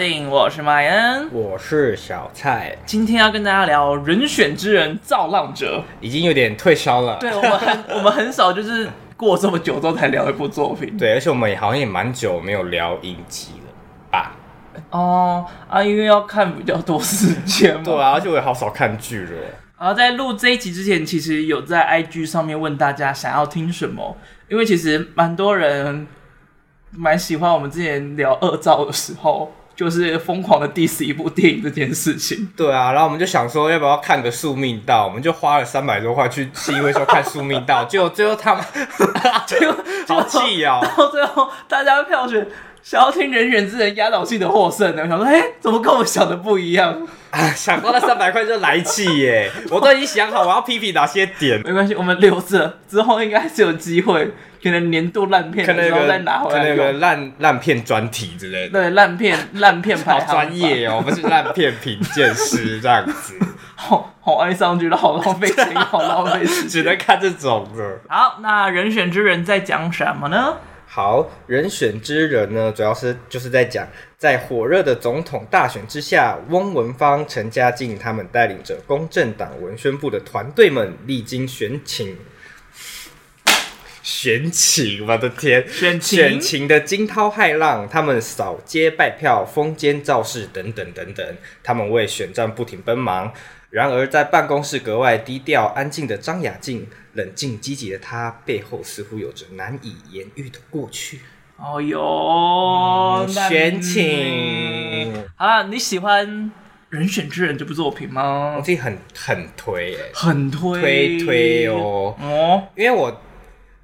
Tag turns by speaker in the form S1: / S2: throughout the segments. S1: 定，我是麦恩。
S2: 我是小蔡，
S1: 今天要跟大家聊《人选之人造浪者
S2: 已经有点退烧了》。。
S1: 对我们很， 我们很少就是过这么久之后才聊一部作品。
S2: 对，而且我们也好像也蛮久没有聊影集了吧？
S1: 哦啊，因为要看比较多时间嘛。
S2: 对啊，而且我也好少看剧了。
S1: 然后在录这一集之前，其实有在 IG 上面问大家想要听什么，因为其实蛮多人蛮喜欢我们之前聊恶兆的时候，就是疯狂的 diss 一部电影这件事情。
S2: 对啊，然后我们就想说，要不要看个《宿命道》？我们就花了三百多块去新会说看《宿命 道》，结果最后他们
S1: 结果
S2: 好气哦、
S1: 到最后大家票选想要听人选之人压倒性的获胜呢。我想说，哎、怎么跟我想的不一样？
S2: 啊想到那三百块就来气 耶！我都已经想好我要批评哪些点，
S1: 没关系，我们留着，之后应该是有机会，可能年度烂片
S2: 可能
S1: 的时
S2: 有
S1: 候
S2: 个
S1: 再拿回
S2: 可能
S1: 来
S2: 有个
S1: 用。
S2: 烂烂片专题之 类的。
S1: 对，烂片烂片排
S2: 好
S1: 行
S2: 专业哦，我们是烂片评鉴师这样子，
S1: 榜，好好哀伤，觉得好浪费钱， 好浪费时间。
S2: 只能看这种的。
S1: 好，那人选之人在讲什么呢？
S2: 好，人选之人呢，主要是就是在讲，在火热的总统大选之下，翁文芳、陈嘉静他们带领着公正党文宣部的团队们，历经选情。选情，我的天！
S1: 选情
S2: 选情的惊涛骇浪，他们扫街拜票、封监造势等等等等，他们为选战不停奔忙。然而，在办公室格外低调、安静的张雅静，冷静积极的她，背后似乎有着难以言喻的过去。
S1: 哦哟，那
S2: 嗯选情
S1: 嗯好了，你喜欢《人选之人》这部作品
S2: 我
S1: 吗？
S2: 自己很很推、欸，
S1: 很推
S2: 推推哦，
S1: 哦，
S2: 因为我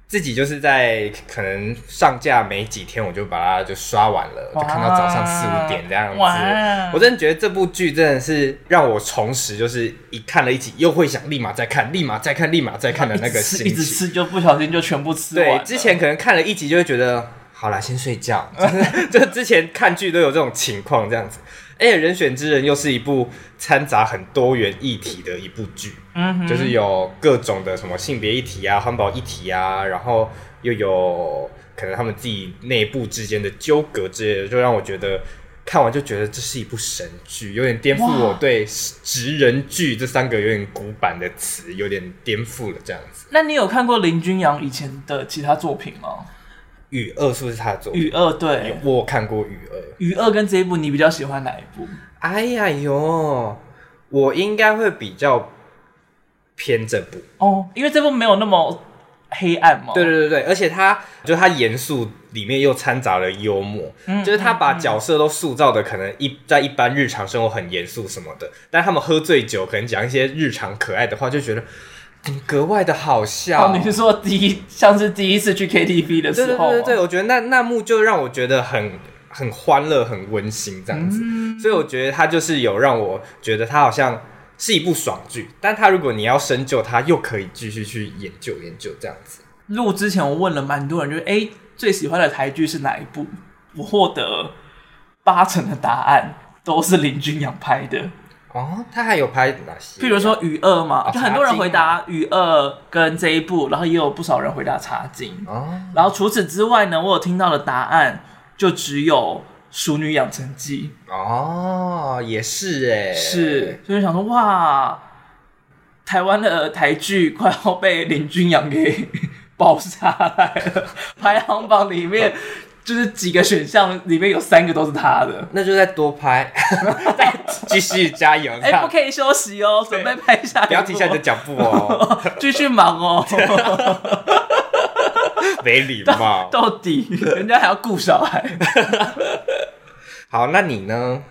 S2: 自己就是在可能上架没几天，我就把它就刷完了，就
S1: 哇
S2: 看到早上四五点这样
S1: 哇
S2: 子。我真的觉得这部剧真的是让我重拾，就是一看了一集又会想立马再看，立马再看，立马再看的那个
S1: 一直吃
S2: 心
S1: 一直
S2: 情。
S1: 吃就不小心就全部吃完
S2: 对，
S1: 了
S2: 之前可能看了一集就会觉得。好啦，先睡觉。 就是之前看剧都有这种情况，这样子。而且《人选之人》又是一部掺杂很多元议题的一部剧。
S1: 嗯哼，
S2: 就是有各种的什么性别议题啊、环保议题啊，然后又有可能他们自己内部之间的纠葛之类的，就让我觉得看完就觉得这是一部神剧，有点颠覆
S1: 哇
S2: 我对“职人剧”这三个有点古板的词，有点颠覆了这样子。
S1: 那你有看过林君阳以前的其他作品吗？
S2: 雨二是不是他的作
S1: 《
S2: 品？
S1: 雨二》对，《
S2: 我有看过雨二，
S1: 雨二》跟这一部你比较喜欢哪一部？
S2: 哎呀哟，我应该会比较偏这部。
S1: 哦，因为这部没有那么黑暗嘛。
S2: 对对对对，而且他就他严肃里面又掺杂了幽默，
S1: 嗯
S2: 就是他把角色都塑造的可能一在一般日常生活很严肃什么的，但他们喝醉酒可能讲一些日常可爱的话，就觉得怎么格外的好笑。
S1: 哦，你是说第一像是第一次去 KTV 的
S2: 对
S1: 时
S2: 对
S1: 候啊
S2: 对
S1: 吗？
S2: 对对，我觉得那那幕就让我觉得很很欢乐、很温馨这样子，
S1: 嗯
S2: 所以我觉得他就是有让我觉得他好像。是一部爽剧，但他如果你要深究，他又可以继续去研究研究这样子。
S1: 录之前我问了蛮多人，就是哎、诶最喜欢的台剧是哪一部？我获得八成的答案都是林君阳拍的，
S2: 哦，他还有拍哪些？
S1: 譬如说《雨二》嘛，
S2: 哦
S1: 就很多人回答《雨二》跟这一部，然后也有不少人回答《茶经》。
S2: 哦，
S1: 然后除此之外呢，我有听到的答案就只有《熟女养成记
S2: 哦，也是哎、》，
S1: 是，所以想说哇，台湾的台剧快要被林君阳给 包下来了，排行榜里 面。就是几个选项里面有三个都是他的，
S2: 那就再多拍， 再继续加油，这
S1: 哎、
S2: 样
S1: 不可以休息哦，准备拍下一
S2: 不要停下你
S1: 部
S2: 的脚步哦，
S1: 继续忙 哦。
S2: 没礼貌。
S1: 到底人家还要顾小孩。
S2: 好，那你呢？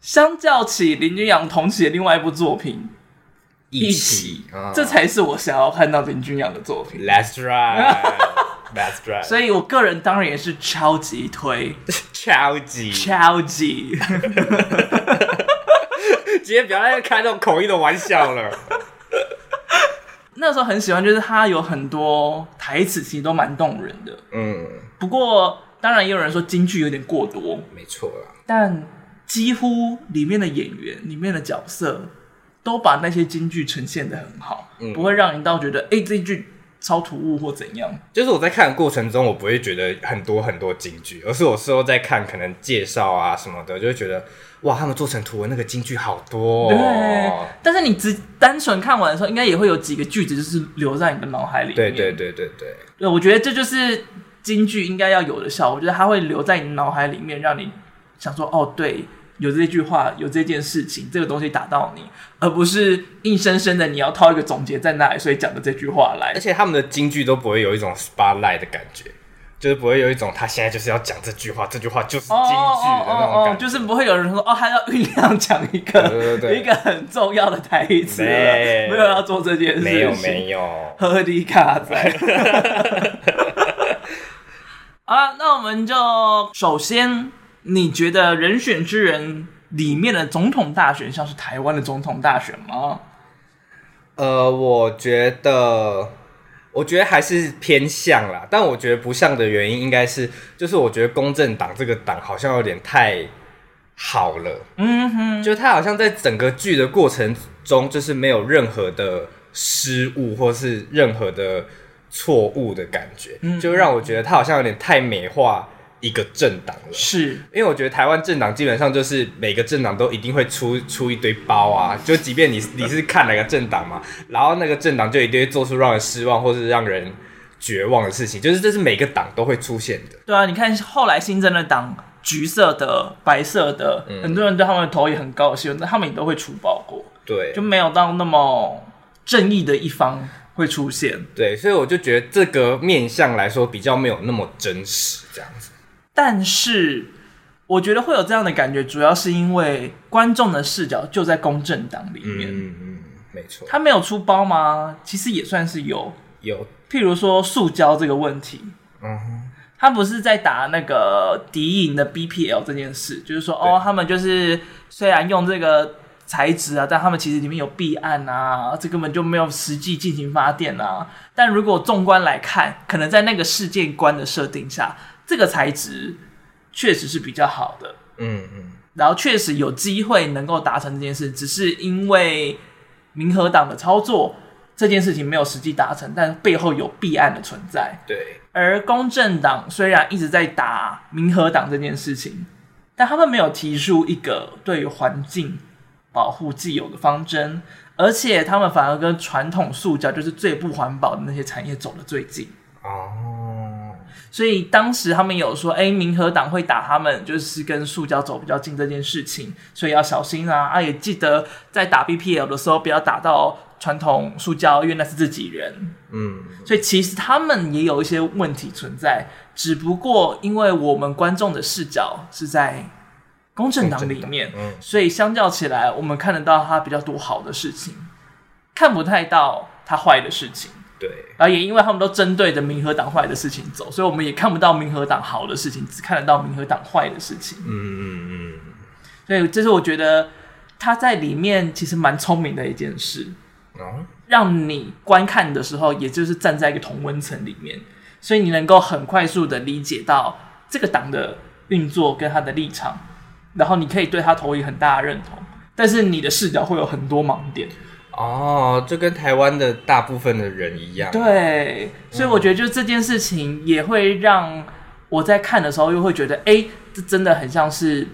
S1: 相较起林君阳同期的另外一部作品
S2: 一
S1: 起
S2: 啊，
S1: 这才是我想要看到林君阳的作品。
S2: Let's try，Let's try，
S1: 所以我个人当然也是超级推，
S2: 超级，
S1: 超级。
S2: 今天不要再开这种口音的玩笑了。
S1: 那时候很喜欢，就是他有很多台词其实都蛮动人的。
S2: 嗯，
S1: 不过当然也有人说京剧有点过多，
S2: 没错啦，
S1: 但几乎里面的演员、里面的角
S2: 嗯
S1: 色都把那些京剧呈现的很好，不会让人到觉得哎、诶这一句超突兀或怎样。
S2: 就是我在看的过程中，我不会觉得很多很多金句，而是我事后在看可能介绍啊什么的，就会觉得哇，他们做成图文那个金句好多、
S1: 对
S2: 哦。，
S1: 但是你只单纯看完的时候，应该也会有几个句子就是留在你的脑海里面。
S2: 对对对对对，
S1: 对，我觉得这就是京剧应该要有的效果，我觉得它会留在你脑海里面，让你想说哦，对，有这句话，有这件事情，这个东西打到你，而不是硬生生的你要套一个总结在那里，所以讲的这句话来
S2: 而。且他们的金句都不会有一种 spotlight 的感觉，就是不会有一种他现在就是要讲这句话，这句话哦就是金句的那种感
S1: 哦
S2: 觉。
S1: 就是不会有人说哦，他要酝酿讲一个
S2: 对对对
S1: 一个很重要的台词了，
S2: 对
S1: 没有要做这件事情，
S2: 没有没有，
S1: 喝迪卡仔。 好了，那我们就首先，你觉得《人选之人》里面的总统大选像是台湾的总统大选吗？
S2: 呃，我觉得，我觉得还是偏向啦，但我觉得不像的原因应该是，就是我觉得公正党这个党好像有点太好了，
S1: 嗯哼，
S2: 就他好像在整个剧的过程中，就是没有任何的失误或是任何的错误的感觉，
S1: 嗯
S2: 就让我觉得他好像有点太美化一个政党了。
S1: 是
S2: 因为我觉得台湾政党基本上就是每个政党都一定会出出一堆包啊，就即便你你是看哪个政党嘛，然后那个政党就一定会做出让人失望或是让人绝望的事情，就是这是每个党都会出现的。
S1: 对啊。你看后来新增的党，橘色的、白色的，很多人对他们的头也很高兴，但他们也都会出包过，
S2: 对
S1: 就没有到那么正义的一方会出现。
S2: 对，所以我就觉得这个面相来说比较没有那么真实，这样子。
S1: 但是我觉得会有这样的感觉，主要是因为观众的视角就在公正党里面。
S2: 嗯嗯，没错，
S1: 他没有出包吗？其实也算是有。
S2: 有
S1: 譬如说塑胶这个问题，
S2: 嗯
S1: 他不是在打那个敌营的 BPL 这件事，就是说哦，他们就是虽然用这个材质啊，但他们其实里面有弊案啊，这根本就没有实际进行发电啊。但如果纵观来看，可能在那个事件观的设定下，这个材质确实是比较好的，
S2: 嗯嗯，
S1: 然后确实有机会能够达成这件事，只是因为民和党的操作，这件事情没有实际达成，但背后有弊案的存在。
S2: 对
S1: 而公正党虽然一直在打民和党这件事情，但他们没有提出一个对于环境保护既有的方针，而且他们反而跟传统塑胶就是最不环保的那些产业走得最近。
S2: 哦，
S1: 所以当时他们有说，哎、民和党会打他们，就是跟塑胶走比较近这件事情，所以要小心啊！啊，也记得在打 BPL 的时候，不要打到传统塑胶，因为那是自己人。
S2: 嗯
S1: 所以其实他们也有一些问题存在，只不过因为我们观众的视角是在公正党里面，
S2: 嗯
S1: 所以相较起来，我们看得到他比较多好的事情，看不太到他坏的事情。
S2: 对。
S1: 然后也因为他们都针对着民和党坏的事情走，所以我们也看不到民和党好的事情，只看得到民和党坏的事情。
S2: 嗯嗯
S1: 所以这是我觉得他在里面其实蛮聪明的一件事，
S2: 嗯，哦，
S1: 让你观看的时候，也就是站在一个同温层里面，所以你能够很快速的理解到这个党的运作跟他的立场，然后你可以对他投以很大的认同，但是你的视角会有很多盲点。
S2: 哦，就跟台湾的大部分的人一样，，
S1: 对，所以我觉得就这件事情也会让我在看的时候又会觉得，哎、这真的很像是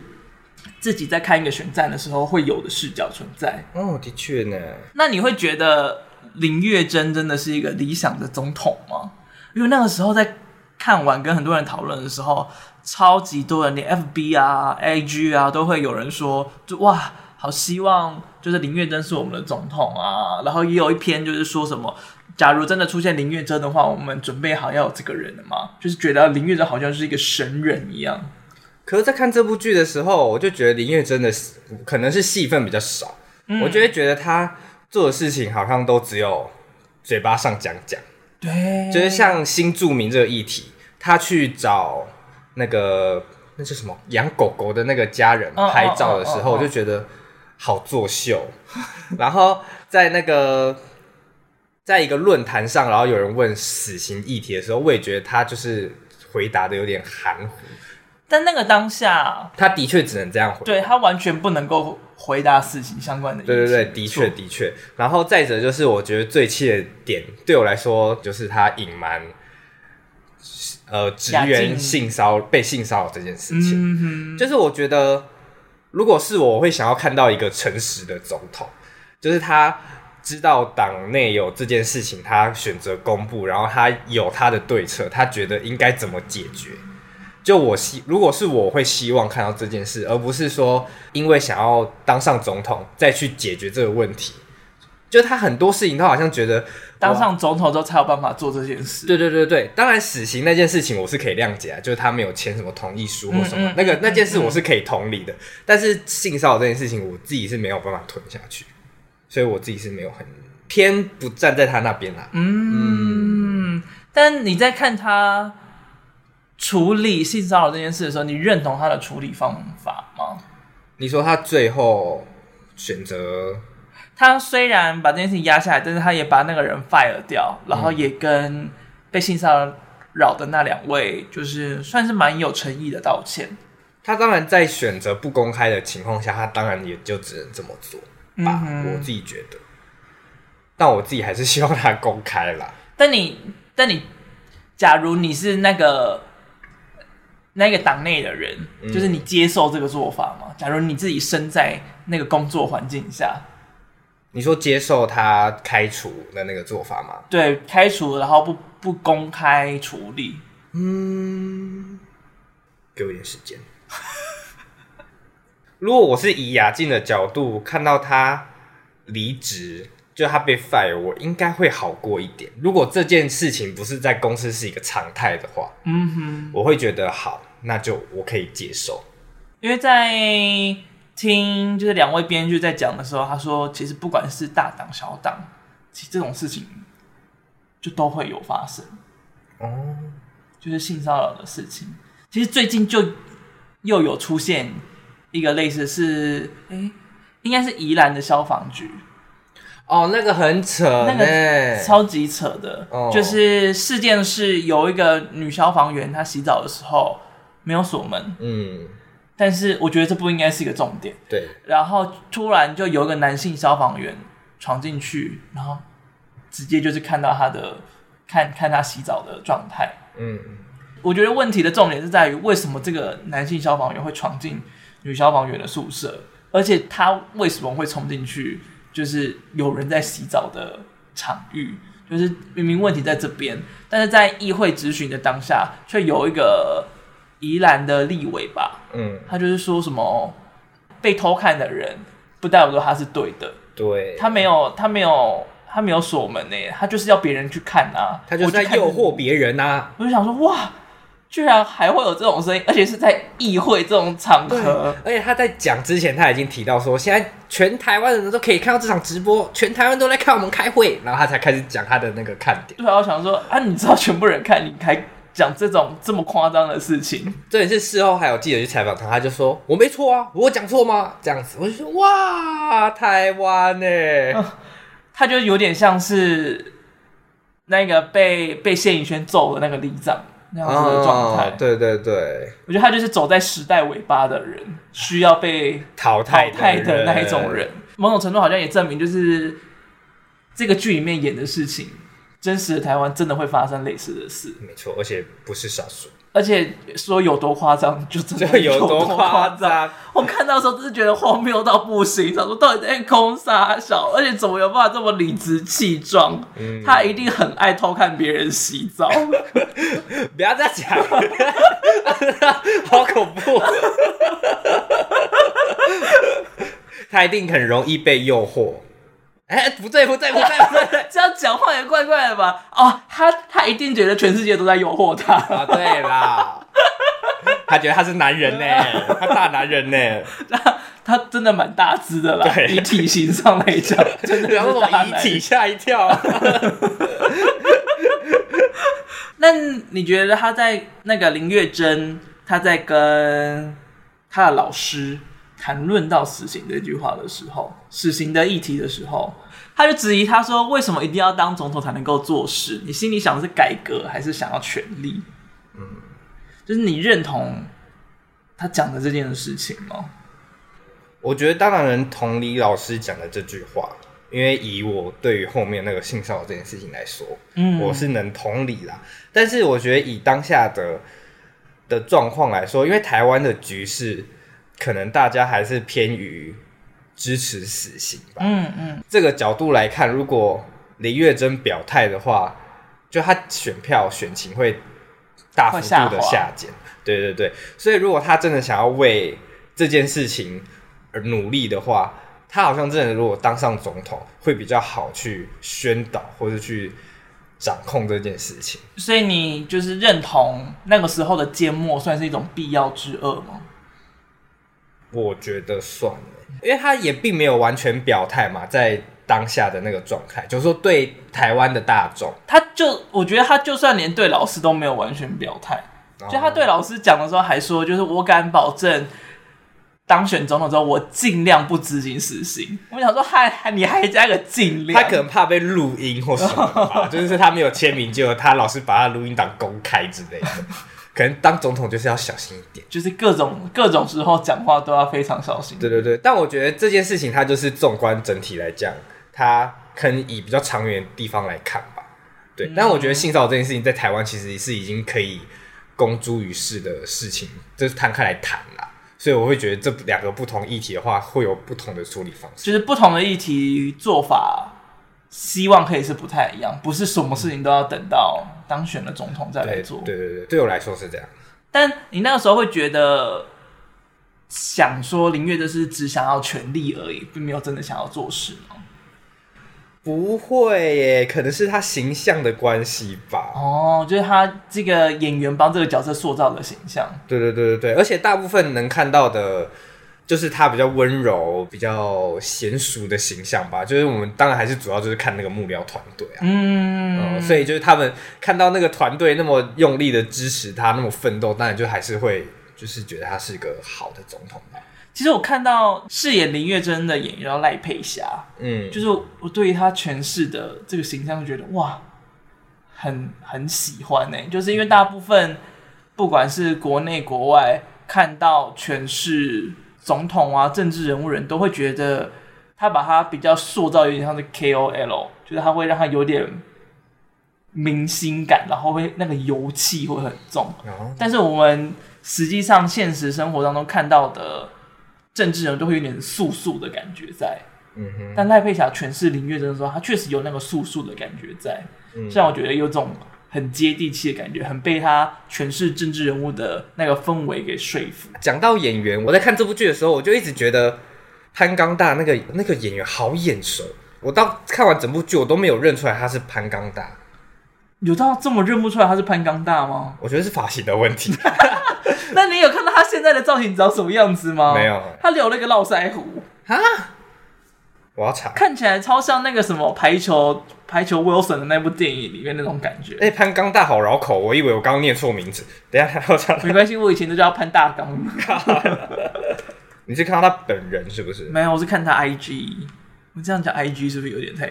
S1: 自己在看一个选战的时候会有的视角存在。
S2: 哦，的确呢，
S1: 那你会觉得林月珍真的是一个理想的总统吗？因为那个时候在看完跟很多人讨论的时候，超级多人，连 FB 啊、IG 啊都会有人说，就哇，好希望就是林月珍是我们的总统啊。然后也有一篇就是说什么。假如真的出现林月珍的话，我们准备好要有这个人了吗？就是觉得林月珍好像是一个神人一样。
S2: 可是，在看这部剧的时候，我就觉得林月真的是可能是戏份比较少，我就会觉得她做的事情好像都只有嘴巴上讲讲，
S1: 对，
S2: 就是像新著名这个议题，她去找那个那叫什么养狗狗的那个家人
S1: 哦哦
S2: 拍照的时
S1: 哦哦
S2: 候，
S1: 哦
S2: 我就觉得好作秀。 然后在那个在一个论坛上，然后有人问死刑议题的时候，我也觉得她就是回答的有点含糊。
S1: 但那个当下，
S2: 他的确只能这样回。
S1: 对他完全不能够回答事情相关的议题。
S2: 对对对，的确的确。然后再者就是，我觉得最气的点对我来说，就是他隐瞒呃职
S1: 雅
S2: 员
S1: 静
S2: 性骚被性骚扰这件事情。
S1: 嗯哼，
S2: 就是我觉得，如果是我，我会想要看到一个诚实的总统，就是他知道党内有这件事情，他选择公布，然后他有他的对策，他觉得应该怎么解决。就我希，如果是我会希望看到这件事，而不是说因为想要当上总统再去解决这个问题。就他很多事情，他好像觉得
S1: 当
S2: 哇
S1: 上总统之后才有办法做这件事。
S2: 对对对对，当然死刑那件事情我是可以谅解啊，就是他没有签什么同意书或什
S1: 嗯
S2: 么，
S1: 嗯
S2: 那个
S1: 嗯
S2: 那件事我是可以同理的。但是性骚扰这件事情，我自己是没有办法吞下去，所以我自己是没有很偏不站在他那边啦。
S1: 嗯，但你在看他处理性骚扰这件事的时候，你认同他的处理方法吗？
S2: 你说他最后选择，
S1: 他虽然把这件事情压下来，但是他也把那个人 fire 掉，然后也跟被性骚扰的那两位，就是算是蛮有诚意的道歉。
S2: 他当然在选择不公开的情况下，他当然也就只能这么做吧，
S1: 嗯哼
S2: 我自己觉得。但我自己还是希望他公开啦。
S1: 但你，但你，假如你是那个那个党内的人，就是你接受这个做法吗？假如你自己身在那个工作环境下，
S2: 你说接受他开除的那个做法吗？
S1: 对开除，然后不不公开处理，
S2: 嗯，给我一点时间。 如果我是以雅静的角度看到他离职，就他被 fire，我应该会好过一点。如果这件事情不是在公司是一个常态的话，
S1: 嗯哼，
S2: 我会觉得好，那就我可以接受。
S1: 因为在听就是两位编剧在讲的时候，他说其实不管是大党小党，其实这种事情就都会有发生，
S2: 哦，
S1: 就是性骚扰的事情。其实最近就又有出现一个类似是，哎、应该是宜兰的消防局，
S2: 哦，那个很扯
S1: 那
S2: 呢、
S1: 个超级扯的，
S2: 哦
S1: 就是事件是有一个女消防员她洗澡的时候没有锁门。
S2: 嗯，
S1: 但是我觉得这不应该是一个重点。
S2: 对，
S1: 然后突然就有一个男性消防员闯进去，然后直接就是看到他的看看他洗澡的状态。
S2: 嗯，
S1: 我觉得问题的重点是在于为什么这个男性消防员会闯进女消防员的宿舍，而且他为什么会冲进去就是有人在洗澡的场域，就是明明问题在这边，但是在议会质询的当下，却有一个宜兰的立委吧，
S2: 嗯，
S1: 他就是说什么被偷看的人不代表说他是对的，
S2: 对，
S1: 他没有他没有他没有锁门呢、他就是要别人去看啊，
S2: 他就是在
S1: 我看
S2: 诱惑别人啊。
S1: 我就想说哇，居然还会有这种声音，而且是在议会这种场
S2: 对
S1: 合，，
S2: 而且他在讲之前，他已经提到说，现在全台湾人都可以看到这场直播，全台湾都在看我们开会，然后他才开始讲他的那个看点。
S1: 对啊，我想说啊，你知道全部人看你还讲这种这么夸张的事情，
S2: 重点是事后还有记者去采访他，他就说我没错啊，我有讲错吗？这样子，我就说哇，台湾欸呢、
S1: 他就有点像是那个被被谢颖轩揍的那个里长那样子的状态。
S2: 哦对对对，
S1: 我觉得他就是走在时代尾巴的人，需要被淘
S2: 淘汰
S1: 汰的那一种人。某种程度好像也证明，就是这个剧里面演的事情，真实的台湾真的会发生类似的事，
S2: 没错，而且不是少数，
S1: 而且说有多夸张，就真
S2: 这
S1: 的
S2: 有多
S1: 多
S2: 夸
S1: 夸张。
S2: 张？
S1: 我看到的时候，真是觉得荒谬到不行，想说到底在空杀小，而且怎么有办法这么理直气壮？他一定很爱偷看别人洗澡。
S2: 不要再讲，好恐怖！他一定很容易被诱惑。哎、不对，不对，不对，不对！
S1: 这样讲话也怪怪的吧？哦，他他一定觉得全世界都在诱惑他，
S2: 啊，对啦，他觉得他是男人呢、他大男人呢、
S1: 他 他真的蛮大只的啦，
S2: 对
S1: 以体型上来 讲，真的
S2: 然后
S1: 是
S2: 我
S1: 大
S2: 遗
S1: 男
S2: 体
S1: 人。
S2: 吓一跳。
S1: 那你觉得他在那个林月珍，他在跟他的老师谈论到死刑这句话的时候，死刑的议题的时候，他就质疑他说，为什么一定要当总统才能够做事？你心里想的是改革，还是想要权力？嗯，就是你认同他讲的这件事情吗？
S2: 我觉得当然能同理老师讲的这句话，因为以我对于后面那个性骚扰这件事情来说，
S1: 嗯
S2: 我是能同理啦。但是我觉得以当下的的状况来说，因为台湾的局势，可能大家还是偏于支持死刑吧。
S1: 嗯嗯，
S2: 这个角度来看，如果林月珍表态的话，就她选票选情会大幅度的下减。对对对，所以如果她真的想要为这件事情而努力的话，她好像真的如果当上总统，会比较好去宣导或者去掌控这件事情。
S1: 所以你就是认同那个时候的缄默算是一种必要之恶吗？
S2: 我觉得算了，因为他也并没有完全表态嘛，在当下的那个状态，就是说对台湾的大众，
S1: 他就我觉得他就算连对老师都没有完全表态，
S2: 哦
S1: 就他对老师讲的时候还说，就是我敢保证。当选总统之后，我尽量不执行死刑。我想说，还还你还加个尽量，
S2: 他可能怕被录音或什么的吧，就是他没有签名，结果他老是把他录音档公开之类的。可能当总统就是要小心一点。
S1: 就是各种各种时候讲话都要非常小心。
S2: 对对对，但我觉得这件事情，它就是纵观整体来讲，它可能以比较长远的地方来看吧。对，但我觉得性骚扰这件事情在台湾其实是已经可以公诸于世的事情，就是摊开来谈啦。所以我会觉得这两个不同议题的话，会有不同的处理方式。
S1: 就是不同的议题做法，希望可以是不太一样，不是什么事情都要等到当选了总统再来
S2: 对
S1: 做。
S2: 对对对，对我来说是这样。
S1: 但你那个时候会觉得，想说林月就是只想要权力而已，并没有真的想要做事吗？
S2: 不会耶，可能是他形象的关系吧。
S1: 哦，就是他这个演员帮这个角色塑造的形象，
S2: 对对对对对，而且大部分能看到的，就是他比较温柔、比较娴熟的形象吧。就是我们当然还是主要就是看那个幕僚团队啊，
S1: 嗯，
S2: 嗯，所以就是他们看到那个团队那么用力的支持他，那么奋斗，当然就还是会就是觉得他是个好的总统吧。
S1: 其实我看到饰演林月珍的演员叫赖佩霞，
S2: 嗯，
S1: 就是我对于他诠释的这个形象，觉得哇，很很喜欢呢、就是因为大部分不管是国内国外看到诠释总统啊、政治人物人都会觉得他把他比较塑造有点像是 KOL，就是他会让他有点明星感，然后会那个油气会很重。
S2: 然后
S1: 但是我们实际上现实生活当中看到的政治人物都会有点素素的感觉在。
S2: 嗯哼，
S1: 但赖佩霞诠释林月珍的时候，她确实有那个素素的感觉在，
S2: 嗯
S1: 让我觉得有种很接地气的感觉，很被她诠释政治人物的那个氛围给说服。
S2: 讲到演员，我在看这部剧的时候，我就一直觉得潘刚大那个那个演员好眼熟。我到看完整部剧，我都没有认出来他是潘刚大，
S1: 有到这么认不出来她是潘刚大吗？
S2: 我觉得是发型的问题。
S1: 那你有看到她现在的造型长什么样子吗？
S2: 没有
S1: 她留了一个络腮胡，
S2: 我要查。
S1: 看起来超像那个什么排球排球 Wilson 的那部电影里面那种感觉。
S2: 哎、潘刚大好绕口，我以为我刚刚念错名字。等一下他要查，
S1: 没关系，我以前都叫她潘大刚。
S2: 你是看到他本人是不是？
S1: 没有，我是看她 IG。我这样讲 IG 是不是有点太？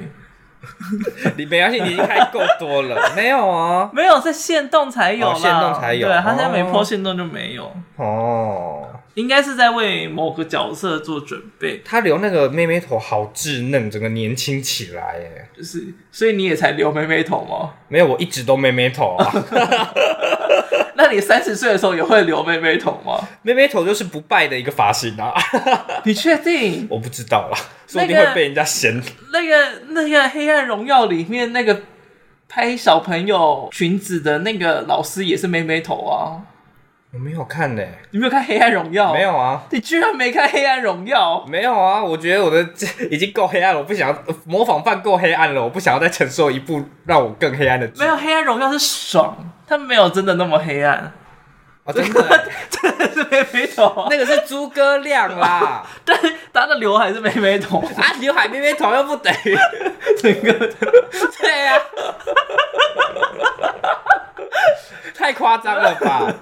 S2: 你没关系，你已经开够多了。没有啊，
S1: 没有，在限动才有啦，
S2: 哦限动才有
S1: 对，他现在没
S2: 哦
S1: 破限动就没有，
S2: 哦，
S1: 应该是在为某个角色做准备，
S2: 他留那个妹妹头好稚嫩，整个年轻起来耶。
S1: 就是所以你也才留妹妹头吗？
S2: 没有，我一直都妹妹头啊。
S1: 那你三十岁的时候也会留妹妹头吗？
S2: 妹妹头就是不败的一个发型啊。
S1: 你确定？
S2: 我不知道啦，说不定
S1: 那个
S2: 会被人家嫌。
S1: 那个那个《黑暗荣耀》里面那个拍小朋友裙子的那个老师也是妹妹头啊？
S2: 我没有看呢、
S1: 你没有看《黑暗荣耀》？
S2: 没，有啊，
S1: 你居然没看《黑暗荣耀》？
S2: 没有啊。我觉得我的 已经够黑暗了，我不想要模仿犯够黑暗了，我不想要再承受一部让我更黑暗的剧。
S1: 没有，《黑暗荣耀》是爽，他没有真的那么黑暗，
S2: 啊，真的，
S1: 真的是妹妹头啊。
S2: 那个是诸葛亮啦。
S1: 但是他的刘海是妹妹头，
S2: 啊，刘海边边头又 不等于
S1: 整个
S2: 对呀、啊， 太夸张了吧。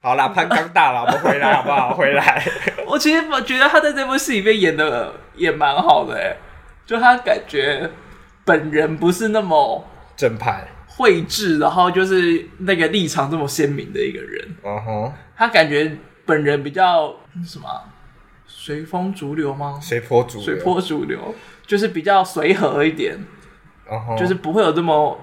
S2: 好啦，潘刚大了，我们回来好不好？回 来。
S1: 我其实我觉得他在这部戏里面演的也蛮好的、欸，就他感觉本人不是那么
S2: 正派，
S1: 绘制，然后就是那个立场这么鲜明的一个人。
S2: 嗯哼，
S1: 他感觉本人比较嗯什么啊随风逐流吗？
S2: 随波逐流，
S1: 随波逐流，就是比较随和一点，
S2: 嗯哼，
S1: 就是不会有这么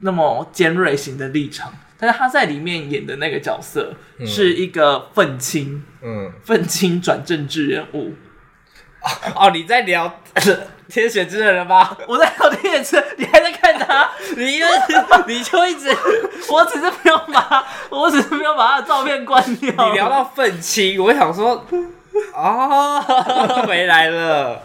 S1: 那么尖锐型的立场。但是他在里面演的那个角色是一个愤青，
S2: 嗯，
S1: 愤青转政治人物。
S2: 哦，你在聊 天选之人了吗？
S1: 我在聊天也是，你还在看他？
S2: 你就你就一直
S1: 我只是没有把，我只是没有把他的照片关掉。
S2: 你聊到愤青，我想说，哦， 回来了。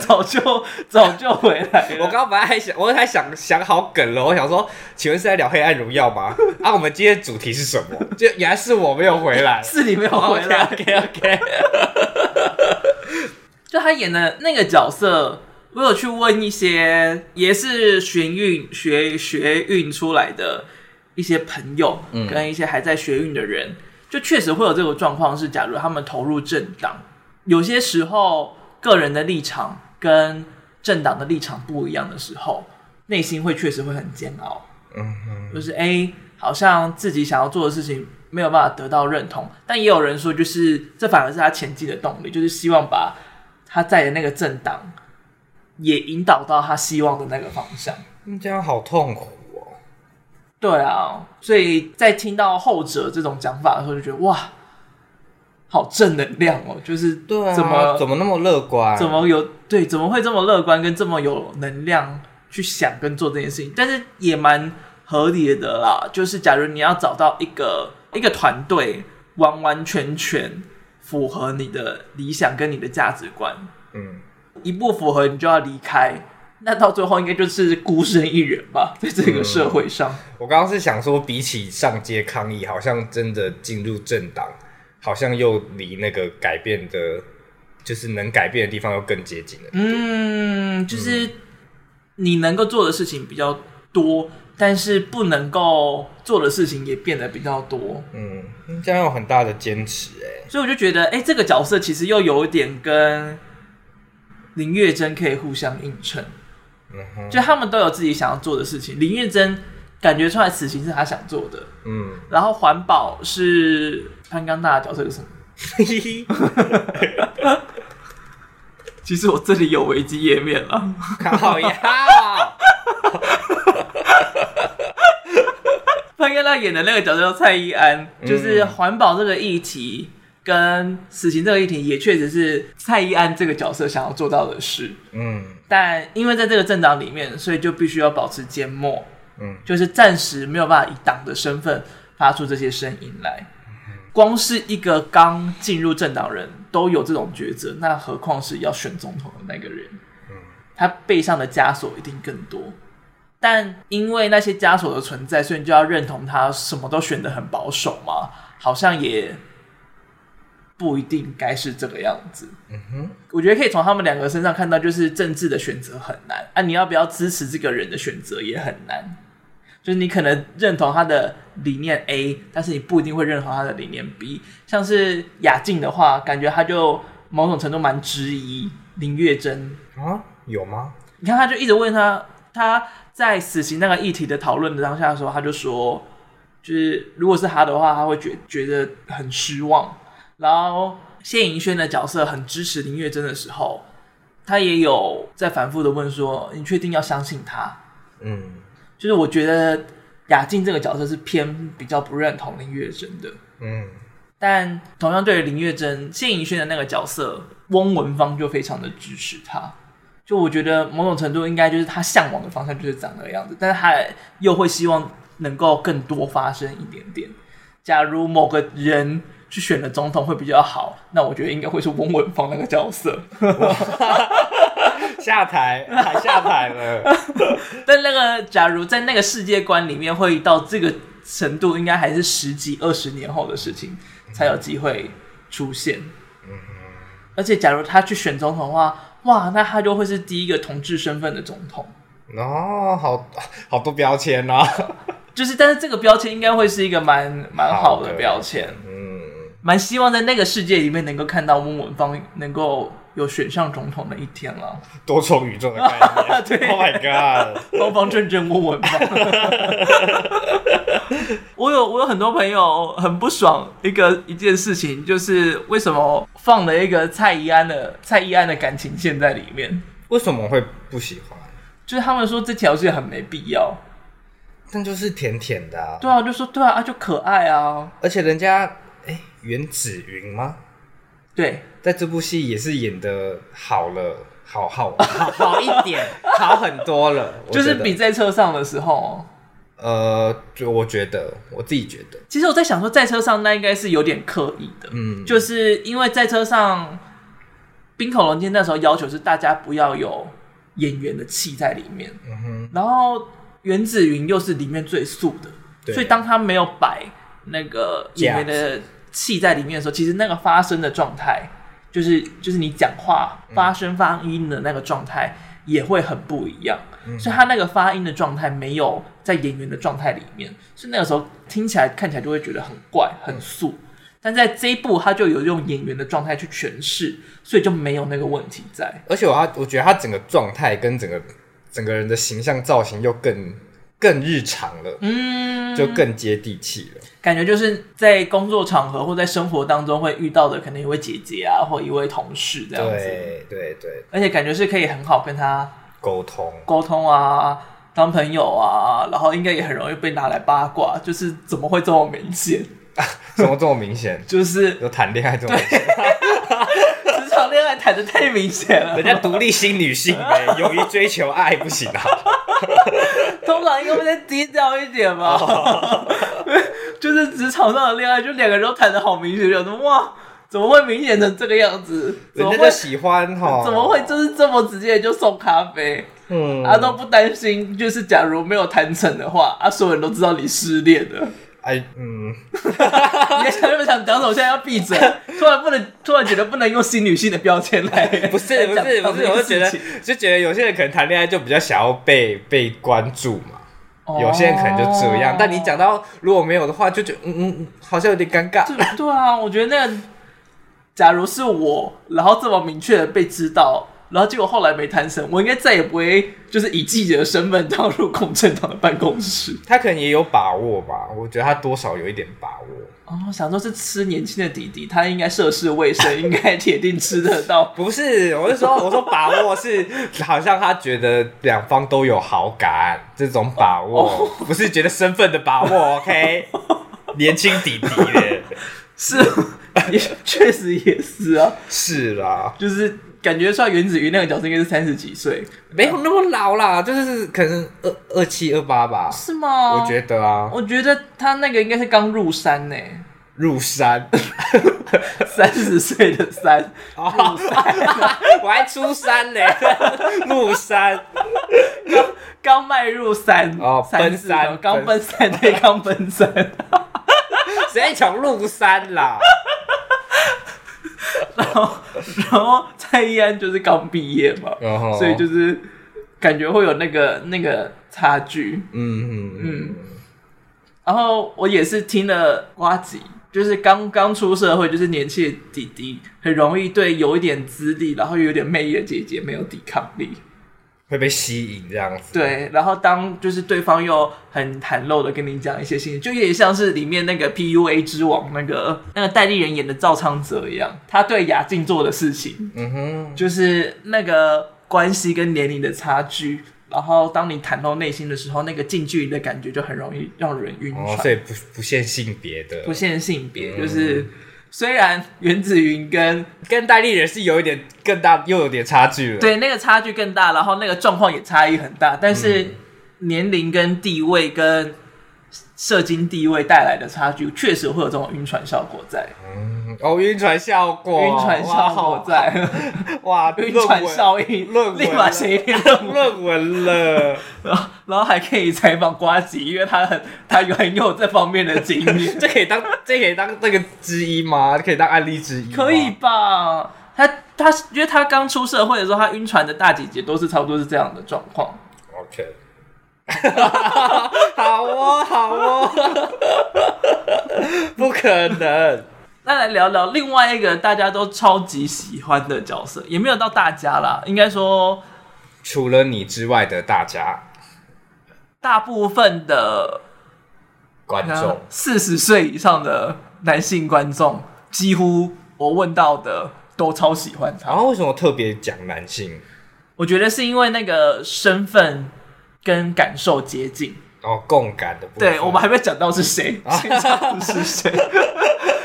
S1: 早就早就回来了。。
S2: 我刚刚本来还想，我还想想好梗了，我想说，请问是在聊黑暗荣耀 吗？啊，我们今天主题是什么？就原来是我没有回来
S1: 是你没有回来。
S2: OK OK，
S1: 就他演的那个角色，我有去问一些也是学运学学运出来的一些朋友，跟一些还在学运的人，就确实会有这种状况，是假如他们投入政党，有些时候个人的立场跟政党的立场不一样的时候，内心会确实会很煎熬。
S2: 嗯，
S1: 就是哎、诶好像自己想要做的事情没有办法得到认同，但也有人说，就是这反而是他前进的动力，就是希望把他在的那个政党也引导到他希望的那个方向。
S2: 嗯这样好痛苦哦。
S1: 对啊，所以在听到后者这种讲法的时候，就觉得哇，好正能量哦，就是
S2: 怎
S1: 怎
S2: 么
S1: 么
S2: 啊怎么那么乐观？
S1: 怎么有对，怎么会这么乐观跟这么有能量去想跟做这件事情？但是也蛮合理的啦。就是假如你要找到一个一个团队，完完全全符合你的理想跟你的价值观，
S2: 嗯，
S1: 一不符合你就要离开，那到最后应该就是孤身一人吧， 在这个社会上。
S2: 我刚刚是想说，比起上街抗议，好像真的进入政党，好像又离那个改变的，就是能改变的地方又更接近了。
S1: 嗯，就是你能够做的事情比较多，但是不能够做的事情也变得比较多。
S2: 嗯，这样有很大的坚持哎、
S1: 所以我就觉得，哎、这个角色其实又有一点跟林月珍可以互相映衬，
S2: 嗯哼，
S1: 就他们都有自己想要做的事情。林月珍感觉出来此行是他想做的，
S2: 嗯，
S1: 然后环保是潘刚大的角色是什么？其实我这里有维基页面了，
S2: 靠呀！
S1: 潘刚大演的那个角色叫蔡依安，就是环保这个议题。跟死刑这个议题也确实是蔡依安这个角色想要做到的事，
S2: 嗯
S1: 但因为在这个政党里面，所以就必须要保持缄默，
S2: 嗯，
S1: 就是暂时没有办法以党的身份发出这些声音来。光是一个刚进入政党人都有这种抉择，那何况是要选总统的那个人？他背上的枷锁一定更多。但因为那些枷锁的存在，所以你就要认同他什么都选的很保守嘛，好像也不一定该是这个样子。我觉得可以从他们两个身上看到，就是政治的选择很难啊，你要不要支持这个人的选择也很难。就是你可能认同他的理念 A，但是你不一定会认同他的理念 B。像是雅静的话，感觉他就某种程度蛮质疑林月珍。
S2: 啊，有吗？
S1: 你看，他就一直问他，他在死刑那个议题的讨论的当下的时候，他就说，就是如果是他的话，他会觉觉得很失望。然后谢盈萱的角色很支持林月珍的时候，他也有在反复的问说：“你确定要相信他
S2: 嗯？”
S1: 就是我觉得雅静这个角色是偏比较不认同林月珍的，
S2: 嗯
S1: 但同样对于林月珍、谢盈萱的那个角色，翁文芳就非常的支持她。就我觉得某种程度应该就是她向往的方向就是长那个样子，但是她又会希望能够更多发生一点点。假如某个人去选了总统会比较好，那我觉得应该会是翁文芳那个角色。
S2: 下台，还下台了。
S1: 但那个假如在那个世界观里面会到这个程度，应该还是十几二十年后的事情才有机会出现。而且，假如他去选总统的话，哇，那他就会是第一个同志身份的总统。
S2: 哦，好好多标签啊。
S1: 就是，但是这个标签应该会是一个蛮蛮好
S2: 好
S1: 的
S2: 的
S1: 标签，
S2: 嗯
S1: 蛮希望在那个世界里面能够看到翁文芳能够有选上总统的一天了，
S2: 多重宇宙的概念
S1: 对
S2: o h my god！
S1: 方方正正问问吧。 我有我有很多朋友很不爽一个一件事情，就是为什么放了一个蔡依安的蔡依安的感情线在里面，
S2: 为什么会不喜欢？
S1: 就是他们说这条线很没必要。
S2: 但就是甜甜的、啊，
S1: 对啊，我就说对啊啊，就可爱啊，
S2: 而且人家哎、袁子云吗？
S1: 对，
S2: 在这部戏也是演的好了，好 好
S3: 好好一点，
S2: 好很多了，我
S1: 就是
S2: 觉得
S1: 比在车上的时候。
S2: 呃，就我觉得我自己觉得，
S1: 其实我在想说，在车上那应该是有点刻意的，
S2: 嗯，
S1: 就是因为在车上，冰口龙介那时候要求是大家不要有演员的气在里面，
S2: 嗯哼，
S1: 然后袁子云又是里面最素的，
S2: 对
S1: 所以当他没有摆那个演员的气在里面的时候，其实那个发声的状态，就是就是你讲话发声发音的那个状态也会很不一样，所以他那个发音的状态没有在演员的状态里面，所以那个时候听起来看起来就会觉得很怪很素。但在这一部，他就有用演员的状态去诠释，所以就没有那个问题在。
S2: 而且我他我觉得他整个状态跟整个整个人的形象造型又更更日常了，
S1: 嗯，
S2: 就更接地气了。
S1: 感觉就是在工作场合或在生活当中会遇到的，可能一位姐姐啊，或一位同事这样子，
S2: 对对对，
S1: 而且感觉是可以很好跟他
S2: 沟通，
S1: 沟通啊，当朋友啊，然后应该也很容易被拿来八卦，就是怎么会这么明显？？
S2: 怎么这么明显
S1: 就是
S2: 有谈恋爱这种，
S1: 职场恋爱谈的太明显了
S2: 人，家独立新女性、欸，勇于追求爱不行啊。
S1: 通常应该会再低调一点吧。
S2: 哦
S1: 就是职场上的恋爱，就两个人都谈的好明显，就觉得哇，怎么会明显成这个样子？ 怎
S2: 人
S1: 么
S2: 家
S1: 会
S2: 就？喜欢哈，
S1: 怎么会就是这么直接就送咖啡？
S2: 嗯，
S1: 啊，都不担心，就是假如没有谈成的话，啊，所有人都知道你失恋 了。
S2: 哎，嗯，
S1: 你想那么想讲什么？我现在要闭嘴。突然不能，突然觉得不能用新女性的标签 来来讲
S2: 不是不是不是，我就觉
S1: 这件
S2: 得
S1: 事情
S2: 就觉得有些人可能谈恋爱就比较想要被被关注嘛，
S1: 哦
S2: 有些人可能就这样。但你讲到如果没有的话，就觉得嗯嗯嗯，好像有点尴尬。
S1: 对对啊，我觉得那个，假如是我，然后这么明确的被知道。然后结果后来没谈成，我应该再也不会就是以记者的身份踏入共产党的办公室。
S2: 他可能也有把握吧，我觉得他多少有一点把握。
S1: 哦，想说是吃年轻的弟弟，他应该涉世未深， 应该铁定吃得到
S2: 不是，我是说，我说把握是好像他觉得两方都有好感这种把握，不是觉得身份的把握。OK，年 轻弟弟耶，
S1: 是， 也确实也是啊，
S2: 是啦，
S1: 就是感觉出来袁子瑜那个角色应该是三十几岁，
S2: 没有那么老啦，就是可能二二七二八吧，
S1: 是吗？
S2: 我觉
S1: 得，
S2: 得啊，
S1: 我觉得他那个应该是刚入山呢、
S2: 入山，
S1: 三十岁的山，
S2: 哦 我还出山呢， 入山，
S1: 刚迈入山
S2: 哦
S1: 三
S2: 奔
S1: 十岁
S2: 山
S1: 刚奔山，对，刚奔山，
S2: 谁从入山啦？
S1: 然后蔡依安就是刚毕业嘛，
S2: 然后，
S1: 所以就是感觉会有那个那个差距。
S2: 嗯嗯嗯，
S1: 然后我也是听了瓜吉，就是刚刚出社会，就是年轻的弟弟，很容易对有一点资历，然后又有点魅力的姐姐没有抵抗力。
S2: 会被吸引这样子，，
S1: 对，然后当就是对方又很袒露的跟你讲一些信息，就有点像是里面那个 PUA 之王那个那个代理人演的赵昌泽一样，他对雅静做的事情，
S2: 嗯哼，
S1: 就是那个关系跟年龄的差距。然后当你袒露内心的时候，那个近距离的感觉就很容易让人晕船。
S2: 哦，所以不不限性别的
S1: 不，限性
S2: 嗯
S1: 别，就是虽然袁子云跟
S2: 跟戴立人是有一点更大，又有点差距了，，
S1: 对那个差距更大，然后那个状况也差异很大，但
S2: 嗯
S1: 是年龄跟地位跟社经地位带来的差距，确实会有这种晕船效果在，
S2: 哦，晕船效果，
S1: 晕船效果在，
S2: 哇，哇，
S1: 晕船效应，
S2: 论文
S1: 立马写一篇论文，
S2: 论文了，
S1: 然后然后还可以采访瓜吉，因为他很他有很有这方面的经验，
S2: 这可以当这可以当那个之一吗？可以当案例之一吗，
S1: 可以吧？他他因为他刚出社会的时候，他晕船的大姐姐都是差不多是这样的状况。
S2: OK，好哦，好哦，不可能。
S1: 那来聊聊另外一个大家都超级喜欢的角色，也没有到大家啦，应该说
S2: 除了你之外的大家
S1: 大部分的呃
S2: 观众，
S1: 四十岁以上的男性观众，几乎我问到的都超喜欢他。
S2: 然后为什么特别讲男性
S1: 我觉得是因为那个身份跟感受接近。
S2: 哦，啊共感的部分？
S1: 对，我们还没讲到是谁，现场是谁？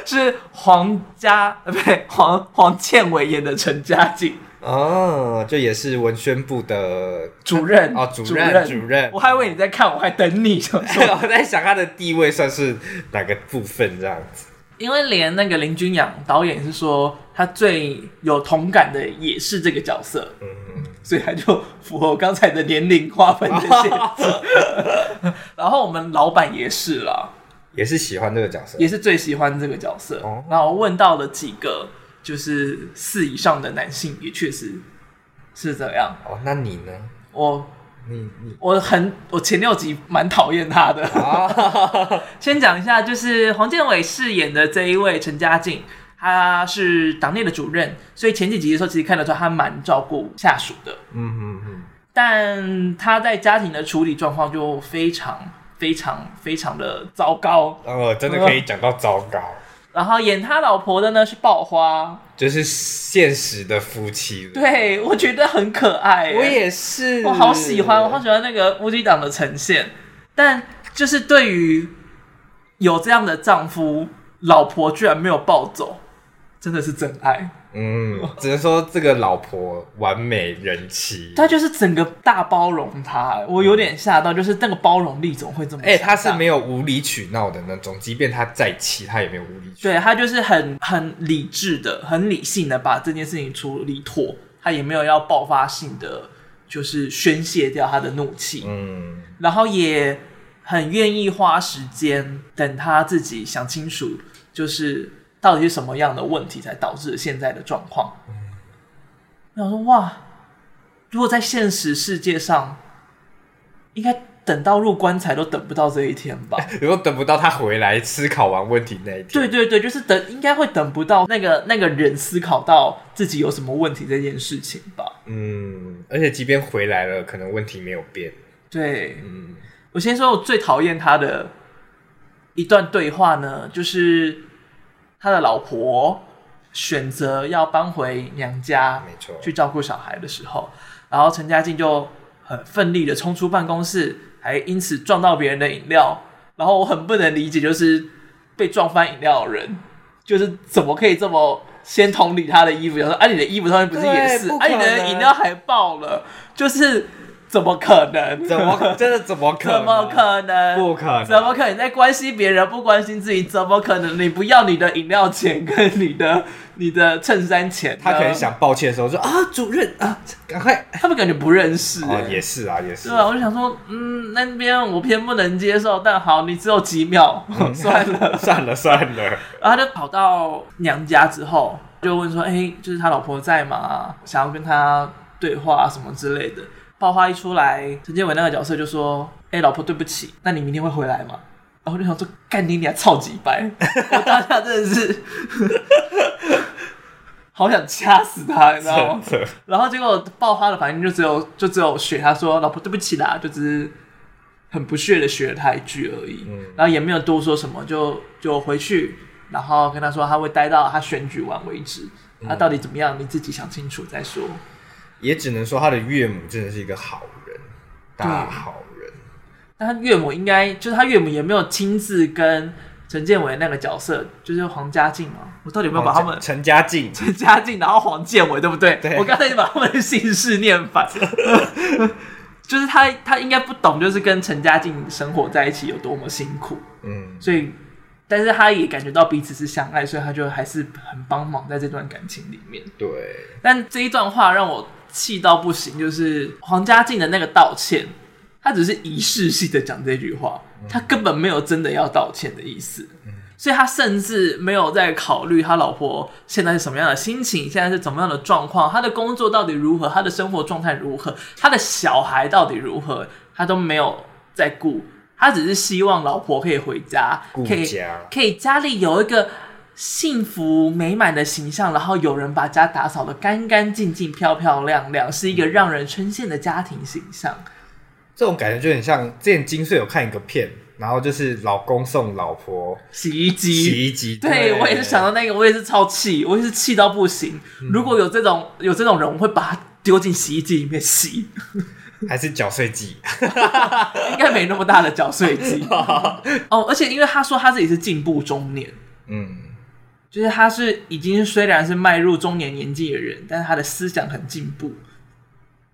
S1: 是黄家，呃不对，黄黄建伟演的陈嘉靖
S2: 哦，就也是文宣部的
S1: 主任
S2: 哦主任
S1: 任
S2: 主任
S1: 我还以为你在看，我还等你。想说
S2: 我在想他的地位算是哪个部分这样子？
S1: 因为连那个林君阳导演是说，他最有同感的也是这个角色，
S2: 嗯，
S1: 所以他就符合我刚才的年龄划分这些。 然后我们老板也是啦，
S2: 也是喜欢这个角色
S1: 也是最喜欢这个角色。
S2: 哦
S1: 然后问到了几个就是四以上的男性，也确实是这样。
S2: 哦。那你呢？
S1: 我
S2: 你你
S1: 我很我前六集蛮讨厌他的。
S2: 啊，
S1: 先讲一下，就是黄建伟饰演的这一位陈嘉靖，他是党内的主任，所以前几集的时候其实看得出他蛮照顾下属的，
S2: 嗯嗯嗯，
S1: 但他在家庭的处理状况就非常非常非常的糟糕。
S2: 哦，真的可以讲到糟糕，
S1: 然后演他老婆的呢是爆花，
S2: 就是现实的夫妻了。
S1: 对我觉得很可爱、
S2: 我也是，
S1: 我好喜欢，我好喜欢那个夫妻档的呈现。但就是对于有这样的丈夫，老婆居然没有抱走，真的是真爱。
S2: 嗯，只能说这个老婆完美人妻。
S1: 他就是整个大包容他，我有点吓到，就是那个包容力总会这么强大。
S2: 哎、他是没有无理取闹的那种，即便他再气，他也没有无理取闹。
S1: 对他就是很很理智的、很理性的把这件事情处理妥，他也没有要爆发性的就是宣泄掉他的怒气。
S2: 嗯，
S1: 然后也很愿意花时间等他自己想清楚，就是到底是什么样的问题才导致现在的状况。我想说，哇，如果在现实世界上，应该等到入棺材都等不到这一天吧？
S2: 如果等不到他回来思考完问题那一天，
S1: 对对对，就是等，应该会等不到那个那个人思考到自己有什么问题这件事情吧？
S2: 嗯，而且即便回来了，可能问题没有变。
S1: 对，
S2: 嗯，
S1: 我先说，我最讨厌他的一段对话呢，就是他的老婆选择要搬回娘家
S2: 没错。
S1: 去照顾小孩的时候，然后陈嘉静就很奋力的冲出办公室，还因此撞到别人的饮料。然后我很不能理解，就是被撞翻饮料的人，就是怎么可以这么先同理他的衣服？然后说，啊，你的衣服上面不是也
S2: 对
S1: 是？
S2: 不
S1: 啊，你
S2: 可
S1: 的
S2: 能
S1: 饮料还爆了，就是怎么可能？
S2: 怎么真的怎么可能？
S1: 怎么可能？
S2: 不可能
S1: 怎么可能在关心别人不关心自己？怎么可能？你不要你的饮料钱跟你的你的衬衫钱呢？
S2: 他可能想抱歉的时候说啊，主任啊，赶快。
S1: 他们感觉不认识、欸。
S2: 哦，也是啊，也是
S1: 对。啊，我就想说，嗯，那边我偏不能接受，但好，你只有几秒，
S2: 嗯
S1: 算了。
S2: 算了算了，
S1: 然后他就跑到娘家之后，就问说：“哎、就是他老婆在吗？想要跟他对话啊什么之类的。”爆花一出来，陈建伟那个角色就说：“哎、老婆，对不起，那你明天会回来吗？”然后我就想说：“干你娘，操几白！” 我当下真的是 好想掐死他，你知道吗？
S2: 真的
S1: 然后结果爆发的反应就只有就只有学他说老婆对不起啦，就只是很不屑的学了他一句而已，
S2: 嗯
S1: 然后也没有多说什么，就就回去，然后跟他说他会待到他选举完为止，他、到底怎么样你自己想清楚再说。
S2: 也只能说他的岳母真的是一个好人，大好人。
S1: 但他岳母应该就是他岳母也没有亲自跟陈建伟那个角色，就是黄家靖嘛，我到底有没有把他们
S2: 陈陈嘉靖，
S1: 陈嘉靖，然后黄建伟，对不对？
S2: 对
S1: 我刚才已经把他们的姓氏念反， 就是他他应该不懂，就是跟陈嘉靖生活在一起有多么辛苦，
S2: 嗯，
S1: 所以，但是他也感觉到彼此是相爱，所以他就还是很帮忙在这段感情里面。
S2: 对，
S1: 但这一段话让我气到不行，就是黄家靖的那个道歉，他只是仪式性的讲这句话，他根本没有真的要道歉的意思，所以他甚至没有在考虑他老婆现在是什么样的心情，现在是怎么样的状况，他的工作到底如何，他的生活状态如何，他的小孩到底如何，他都没有在顾。他只是希望老婆可以回家，
S2: 顾
S1: 可以
S2: 家
S1: 可以家里有一个幸福美满的形象，然后有人把家打扫的干干净净、漂漂亮亮，是一个让人称羡的家庭形象。
S2: 这种感觉就很像之前金穗有看一个片，然后就是老公送老婆
S1: 洗衣机，
S2: 洗衣机，
S1: 对我也是想到那个，我也是超气，我也是气到不行。
S2: 嗯
S1: 如果有这种有这种人，我会把他丢进洗衣机里面洗，
S2: 还是绞碎机，
S1: 应该没那么大的绞碎 机哦。而且因为他说他自己是进步中年，
S2: 嗯，
S1: 就是他是已经虽然是迈入中年年纪的人，但是他的思想很进步，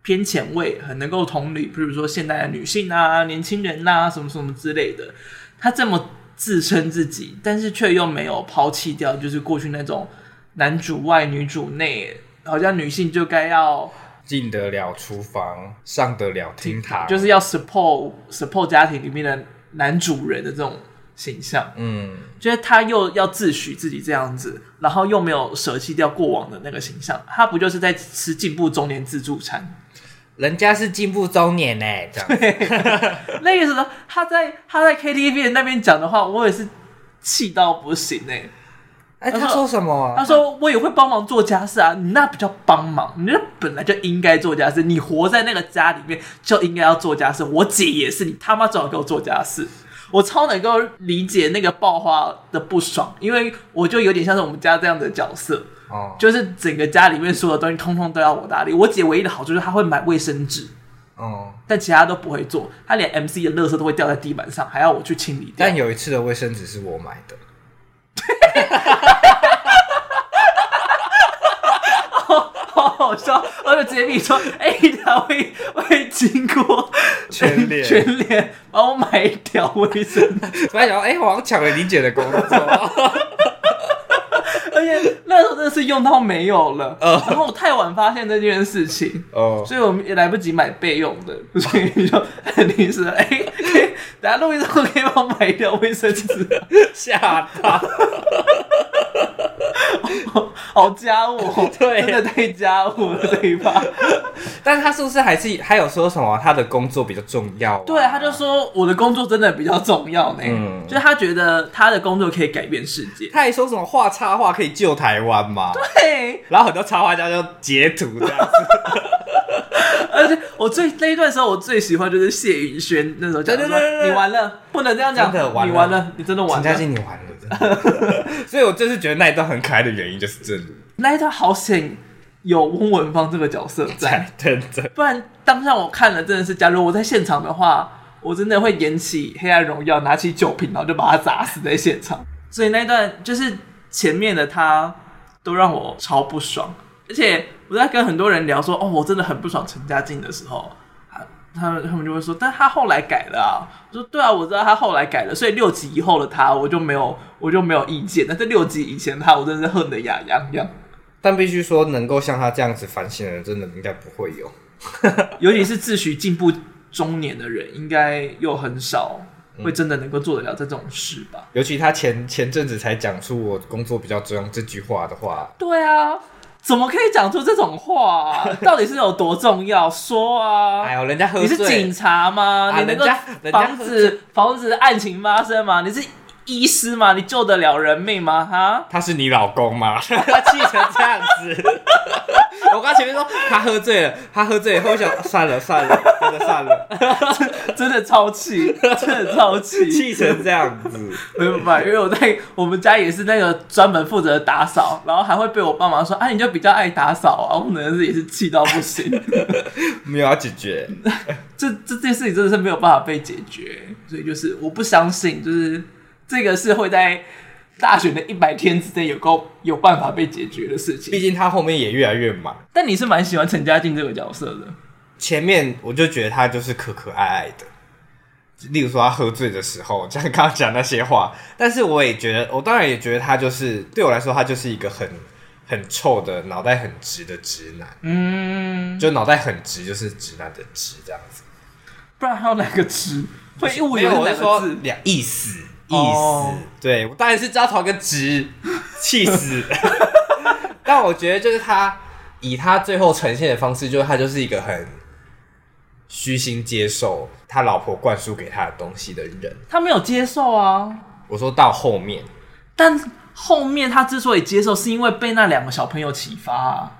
S1: 偏前卫，很能够同理，比如说现代的女性啊、年轻人呐、什么什么之类的。他这么自称自己，但是却又没有抛弃掉，就是过去那种男主外女主内，好像女性就该要
S2: 进得了厨房，上得了厅堂，
S1: 就是要 support support 家庭里面的男主人的这种形象。
S2: 嗯，
S1: 就是他又要自诩自己这样子，然后又没有舍弃掉过往的那个形象，他不就是在吃进步中年自助餐？
S2: 人家是进步中年呢，这样，
S1: 那个时候他在他在 KTV 那边讲的话，我也是气到不行哎、
S2: 哎，他说什么啊？
S1: 他说我也会帮忙做家事啊，你那不叫帮忙，你那本来就应该做家事，你活在那个家里面就应该要做家事。我姐也是，你他妈最好给我做家事。我超能够理解那个爆花的不爽，因为我就有点像是我们家这样的角色，
S2: 哦，
S1: 就是整个家里面所有东西通通都要我打理。我姐唯一的好处就是她会买卫生纸，
S2: 哦，
S1: 但其他都不会做，她连 MC 的垃圾都会掉在地板上，还要我去清理掉
S2: 但。有一次的卫生纸是我买 的，
S1: 好好笑， 我就直接跟你说，哎、她会会经过
S2: 全脸
S1: 全脸帮我买一条卫生纸，
S2: 突然想到，哎，我好像抢了你姐的工 作，
S1: 而且那时候真的是用到没有了，然后我太晚发现这件事情。
S2: 哦，
S1: 所以我们也来不及买备用的， 所以就很临时的。哎、 可以等下录音之后可以帮我买一条卫生纸吗
S2: 吓到，
S1: 好家 务，
S2: 对
S1: 真的太家务了这一趴。
S2: 但是他是不是还是还有说什么他的工作比较重要、啊？
S1: 对，他就说我的工作真的比较重要呢，
S2: 嗯
S1: 就是他觉得他的工作可以改变世界。
S2: 他还说什么画插画可以救台湾嘛，
S1: 对，
S2: 然后很多插画家就截图这样子，
S1: 而且我最那一段时候我最喜欢就是谢云轩那时候讲
S2: 对对
S1: 说
S2: 对对对
S1: 你完了，不能这样讲，
S2: 真的完了
S1: 你完了，你真的完
S2: 陈嘉
S1: 了。
S2: 欣你完了，真的。 所以我就是觉得那一段很可爱的原因就是这里，
S1: 那一段好险有翁文芳这个角色在，
S2: 真的
S1: 不然当下我看了真的是，假如我在现场的话，我真的会演起《黑暗荣耀》，拿起酒瓶然后就把他砸死在现场。所以那一段就是前面的他都让我超不爽，而且我在跟很多人聊说，哦，我真的很不爽陈嘉静的时候。啊他们他们就会说，但他后来改了啊。我说对啊，我知道他后来改了，所以六集以后的他，我就没有我就没有意见。但是六集以前的他，我真的是恨得牙痒痒。
S2: 但必须说，能够像他这样子反省的人，真的应该不会有。
S1: 尤其是自诩进步中年的人，应该又很少
S2: 嗯
S1: 会真的能够做得了这种事吧？
S2: 尤其他前前阵子才讲出我工作比较重要这句话的话，
S1: 对啊，怎么可以讲出这种话、 啊？到底是有多重要？说啊！
S2: 哎呦，人家喝
S1: 你是警
S2: 醉，
S1: 察吗？
S2: 啊
S1: 你能够
S2: 人家人家
S1: 防止防止案情发生吗？你是医师吗？你救得了人命吗？哈！
S2: 他是你老公吗？他气成这样子。 我刚前面说他喝醉了，他喝醉了，后我想算了算了，真的算了。
S1: 真的超气，真的超气，
S2: 气成这样子，
S1: 没有办法，因为我在我们家也是那个专门负责打扫，然后还会被我爸妈说啊，你就比较爱打扫啊，我可能是也是气到不行。
S2: 没有要解决。
S1: 这这件事情真的是没有办法被解决，所以就是我不相信，就是这个是会在大选的一百天之内有够有办法被解决的事
S2: 毕
S1: 情。
S2: 竟他后面也越来越忙，
S1: 但你是蛮喜欢陈嘉静这个角色的，
S2: 前面我就觉得他就是可可爱爱的。例如说他喝醉的时候，像刚刚讲那些话，但是我也觉得，我当然也觉得他就是对我来说，他就是一个很很臭的脑袋很直的直男，
S1: 嗯，
S2: 就脑袋很直，就是直男的直这样子。
S1: 不然还有哪个字 会误
S2: 没
S1: 以为
S2: 有，我
S1: 哪
S2: 是说
S1: 个字？
S2: 两意思意思，
S1: 哦
S2: 对我当然是知道同一个值，气死。 但我觉得就是他以他最后呈现的方式，就是他就是一个很虚心接受他老婆灌输给他的东西的人。
S1: 他没有接受啊，
S2: 我说到后面，
S1: 但后面他之所以接受，是因为被那两个小朋友启发、啊，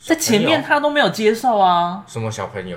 S1: 在前面他都没有接受啊。
S2: 什么小朋友？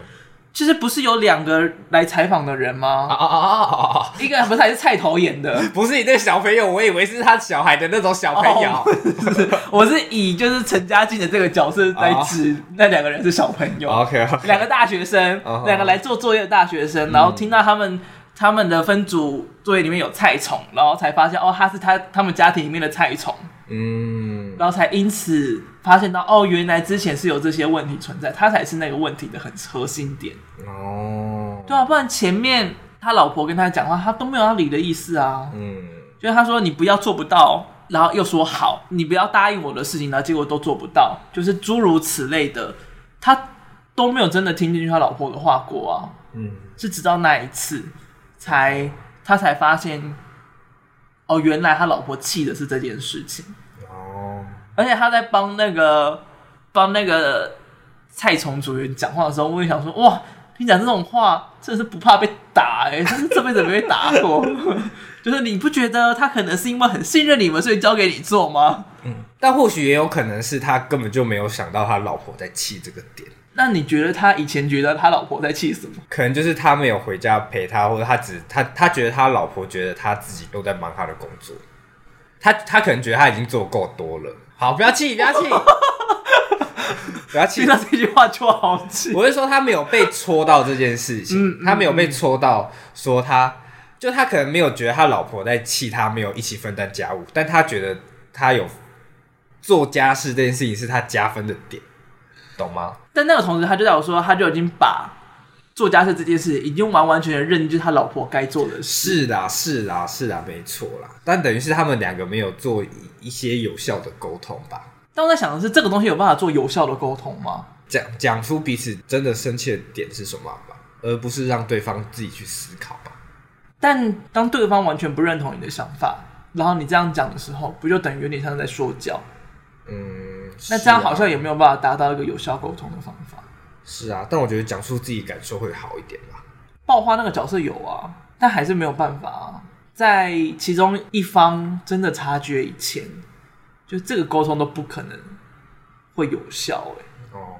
S1: 就是不是有两个来采访的人吗？
S2: 啊啊啊啊啊啊！
S1: 一个不是还是菜头演 的，
S2: 不是你这个小朋友，我以为是他小孩的那种小朋友。
S1: 哦我是以就是陈嘉静的这个角色来指那两个人是小朋友，
S2: OK，
S1: 两个大学生
S2: 哦，
S1: 两个来做作业的大学生，然后听到他们他们的分组作业里面有菜虫，然后才发现哦，他是他他们家庭里面的菜虫，
S2: 嗯，
S1: 然后才因此发现到哦，原来之前是有这些问题存在，他才是那个问题的很核心点。
S2: 哦，
S1: 对啊，不然前面他老婆跟他讲话，他都没有要理的意思啊。
S2: 嗯，
S1: 就是他说你不要做不到，然后又说好，你不要答应我的事情，然后结果都做不到，就是诸如此类的，他都没有真的听进去他老婆的话过啊。
S2: 嗯，
S1: 是直到那一次，才他才发现，哦，原来他老婆气的是这件事情，
S2: 哦，
S1: 而且他在帮那个帮那个蔡崇组员讲话的时候，我也想说，哇，你讲这种话真的是不怕被打哎、欸，真是这辈子没被打过。 就是你不觉得他可能是因为很信任你们，所以交给你做吗？
S2: 但或许也有可能是他根本就没有想到他老婆在气这个点，
S1: 那你觉得他以前觉得他老婆在气什么？
S2: 可能就是他没有回家陪他，或者他只他他觉得他老婆觉得他自己都在忙他的工作，他他可能觉得他已经做够多了。好，不要气，不要气，不要气
S1: 听，到这句话就好气。
S2: 我是说他没有被戳到这件事情，
S1: 嗯嗯
S2: 他没有被戳到说他，就他可能没有觉得他老婆在气他没有一起分担家务，但他觉得他有做家事这件事情是他加分的点，懂吗？
S1: 但那个同时，他就在我说，他就已经把做家事这件事已经完完全全认定就是他老婆该做的事。
S2: 是啦，是啦，是啦，没错啦。但等于是他们两个没有做一一些有效的沟通吧，
S1: 但我在想的是，这个东西有办法做有效的沟通吗？
S2: 讲讲出彼此真的生气的点是什么吧，而不是让对方自己去思考吧。
S1: 但当对方完全不认同你的想法，然后你这样讲的时候，不就等于有点像在说教？
S2: 嗯，
S1: 那这样好
S2: 是啊
S1: 像也没有办法达到一个有效沟通的方法。
S2: 是啊，但我觉得讲出自己感受会好一点吧。
S1: 爆花那个角色有啊，但还是没有办法啊。在其中一方真的察觉以前，就这个沟通都不可能会有效、欸。
S2: 哦，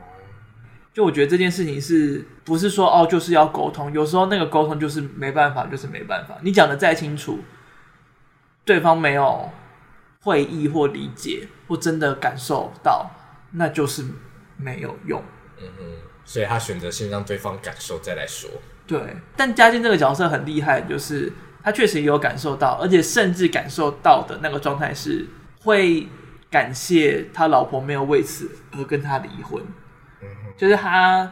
S1: 就我觉得这件事情是不是说哦，就是要沟通？有时候那个沟通就是没办法，就是没办法。你讲的再清楚，对方没有会意或理解，或真的感受到，那就是没有用。
S2: 嗯嗯，所以他选择先让对方感受再来说。
S1: 对，但嘉靖这个角色很厉害，就是他确实有感受到，而且甚至感受到的那个状态是会感谢他老婆没有为此而跟他离婚，就是他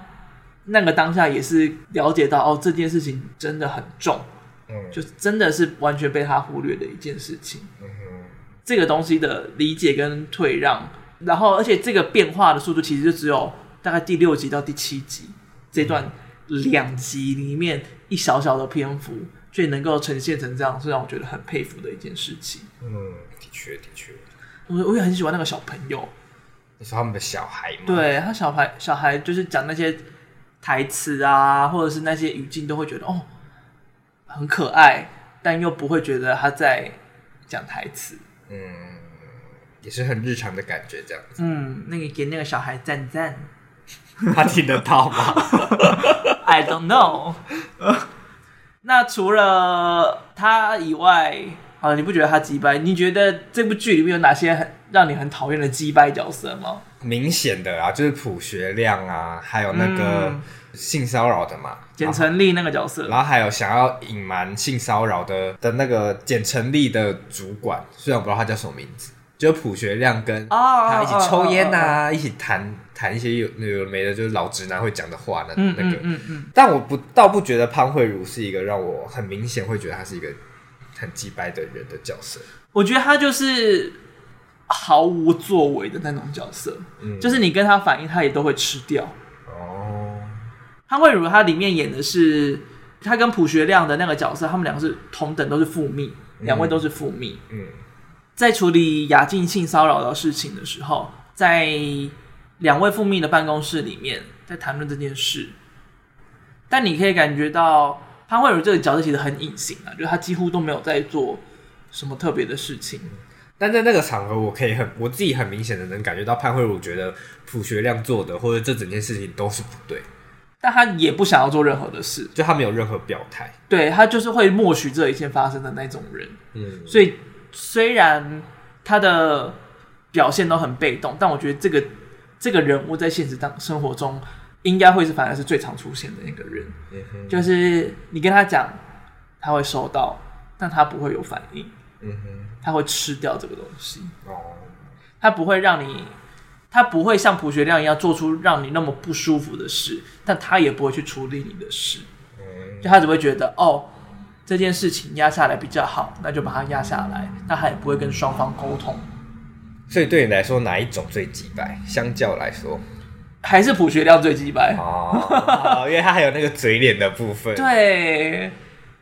S1: 那个当下也是了解到哦，这件事情真的很重，
S2: 嗯
S1: 就真的是完全被他忽略的一件事情。这个东西的理解跟退让，然后而且这个变化的速度其实就只有大概第六集到第七集这段两集里面一小小的篇幅，却能够呈现成这样，是让我觉得很佩服的一件事情。
S2: 嗯，的确的确，
S1: 我我也很喜欢那个小朋友，
S2: 你说他们的小孩吗？，
S1: 对他小孩小孩就是讲那些台词啊，或者是那些语境，都会觉得哦很可爱，但又不会觉得他在讲台词。
S2: 嗯，也是很日常的感觉这样子。
S1: 嗯，那个给那个小孩赞赞。
S2: 他听得到吗？
S1: I don't know 。 那除了他以外，啊，你不觉得他鸡掰？你觉得这部剧里面有哪些很让你很讨厌的鸡掰角色吗？
S2: 明显的啊，就是朴学亮啊，还有那个
S1: 嗯
S2: 性骚扰的嘛，
S1: 简成立那个角色，
S2: 然后还有想要隐瞒性骚扰的的那个简成立的主管，虽然我不知道他叫什么名字，就朴学亮跟
S1: 哦
S2: 他一起抽烟呐、啊，一起谈谈一些有有的没的，就是老直男会讲的话那
S1: 嗯
S2: 那
S1: 嗯
S2: 个。
S1: 嗯嗯，
S2: 但我不倒不觉得潘慧茹是一个让我很明显会觉得她是一个很鸡掰的人的角色。
S1: 我觉得他就是毫无作为的那种角色，
S2: 嗯
S1: 就是你跟他反应，他也都会吃掉。
S2: 哦，
S1: 潘慧茹她里面演的是她跟朴学亮的那个角色，他们两个是同等都是父密，两位都是父密。
S2: 嗯
S1: 在处理雅静性骚扰的事情的时候，在两位父密的办公室里面在谈论这件事，但你可以感觉到潘慧茹这个角色其实很隐形啊，就是她几乎都没有在做什么特别的事情，
S2: 但在那个场合，我可以很我自己很明显的能感觉到潘慧茹觉得朴学亮做的或者这整件事情都是不对，
S1: 但他也不想要做任何的事，
S2: 就他没有任何表态。
S1: 对他就是会默许这一切发生的那种人。
S2: 嗯，
S1: 所以虽然他的表现都很被动，但我觉得这个这个人物在现实当生活中应该会是反而是最常出现的那个人，
S2: 嗯哼，
S1: 就是你跟他讲，他会收到，但他不会有反应，
S2: 嗯哼，
S1: 他会吃掉这个东西，
S2: 哦，
S1: 他不会让你。他不会像朴学亮一样做出让你那么不舒服的事，但他也不会去处理你的事，
S2: 嗯
S1: 就他只会觉得哦，这件事情压下来比较好，那就把它压下来，那他也不会跟双方沟通。
S2: 所以对你来说，哪一种最击败？相较来说，
S1: 还是朴学亮最鸡掰。
S2: 哦，因为他还有那个嘴脸的部分。
S1: 对，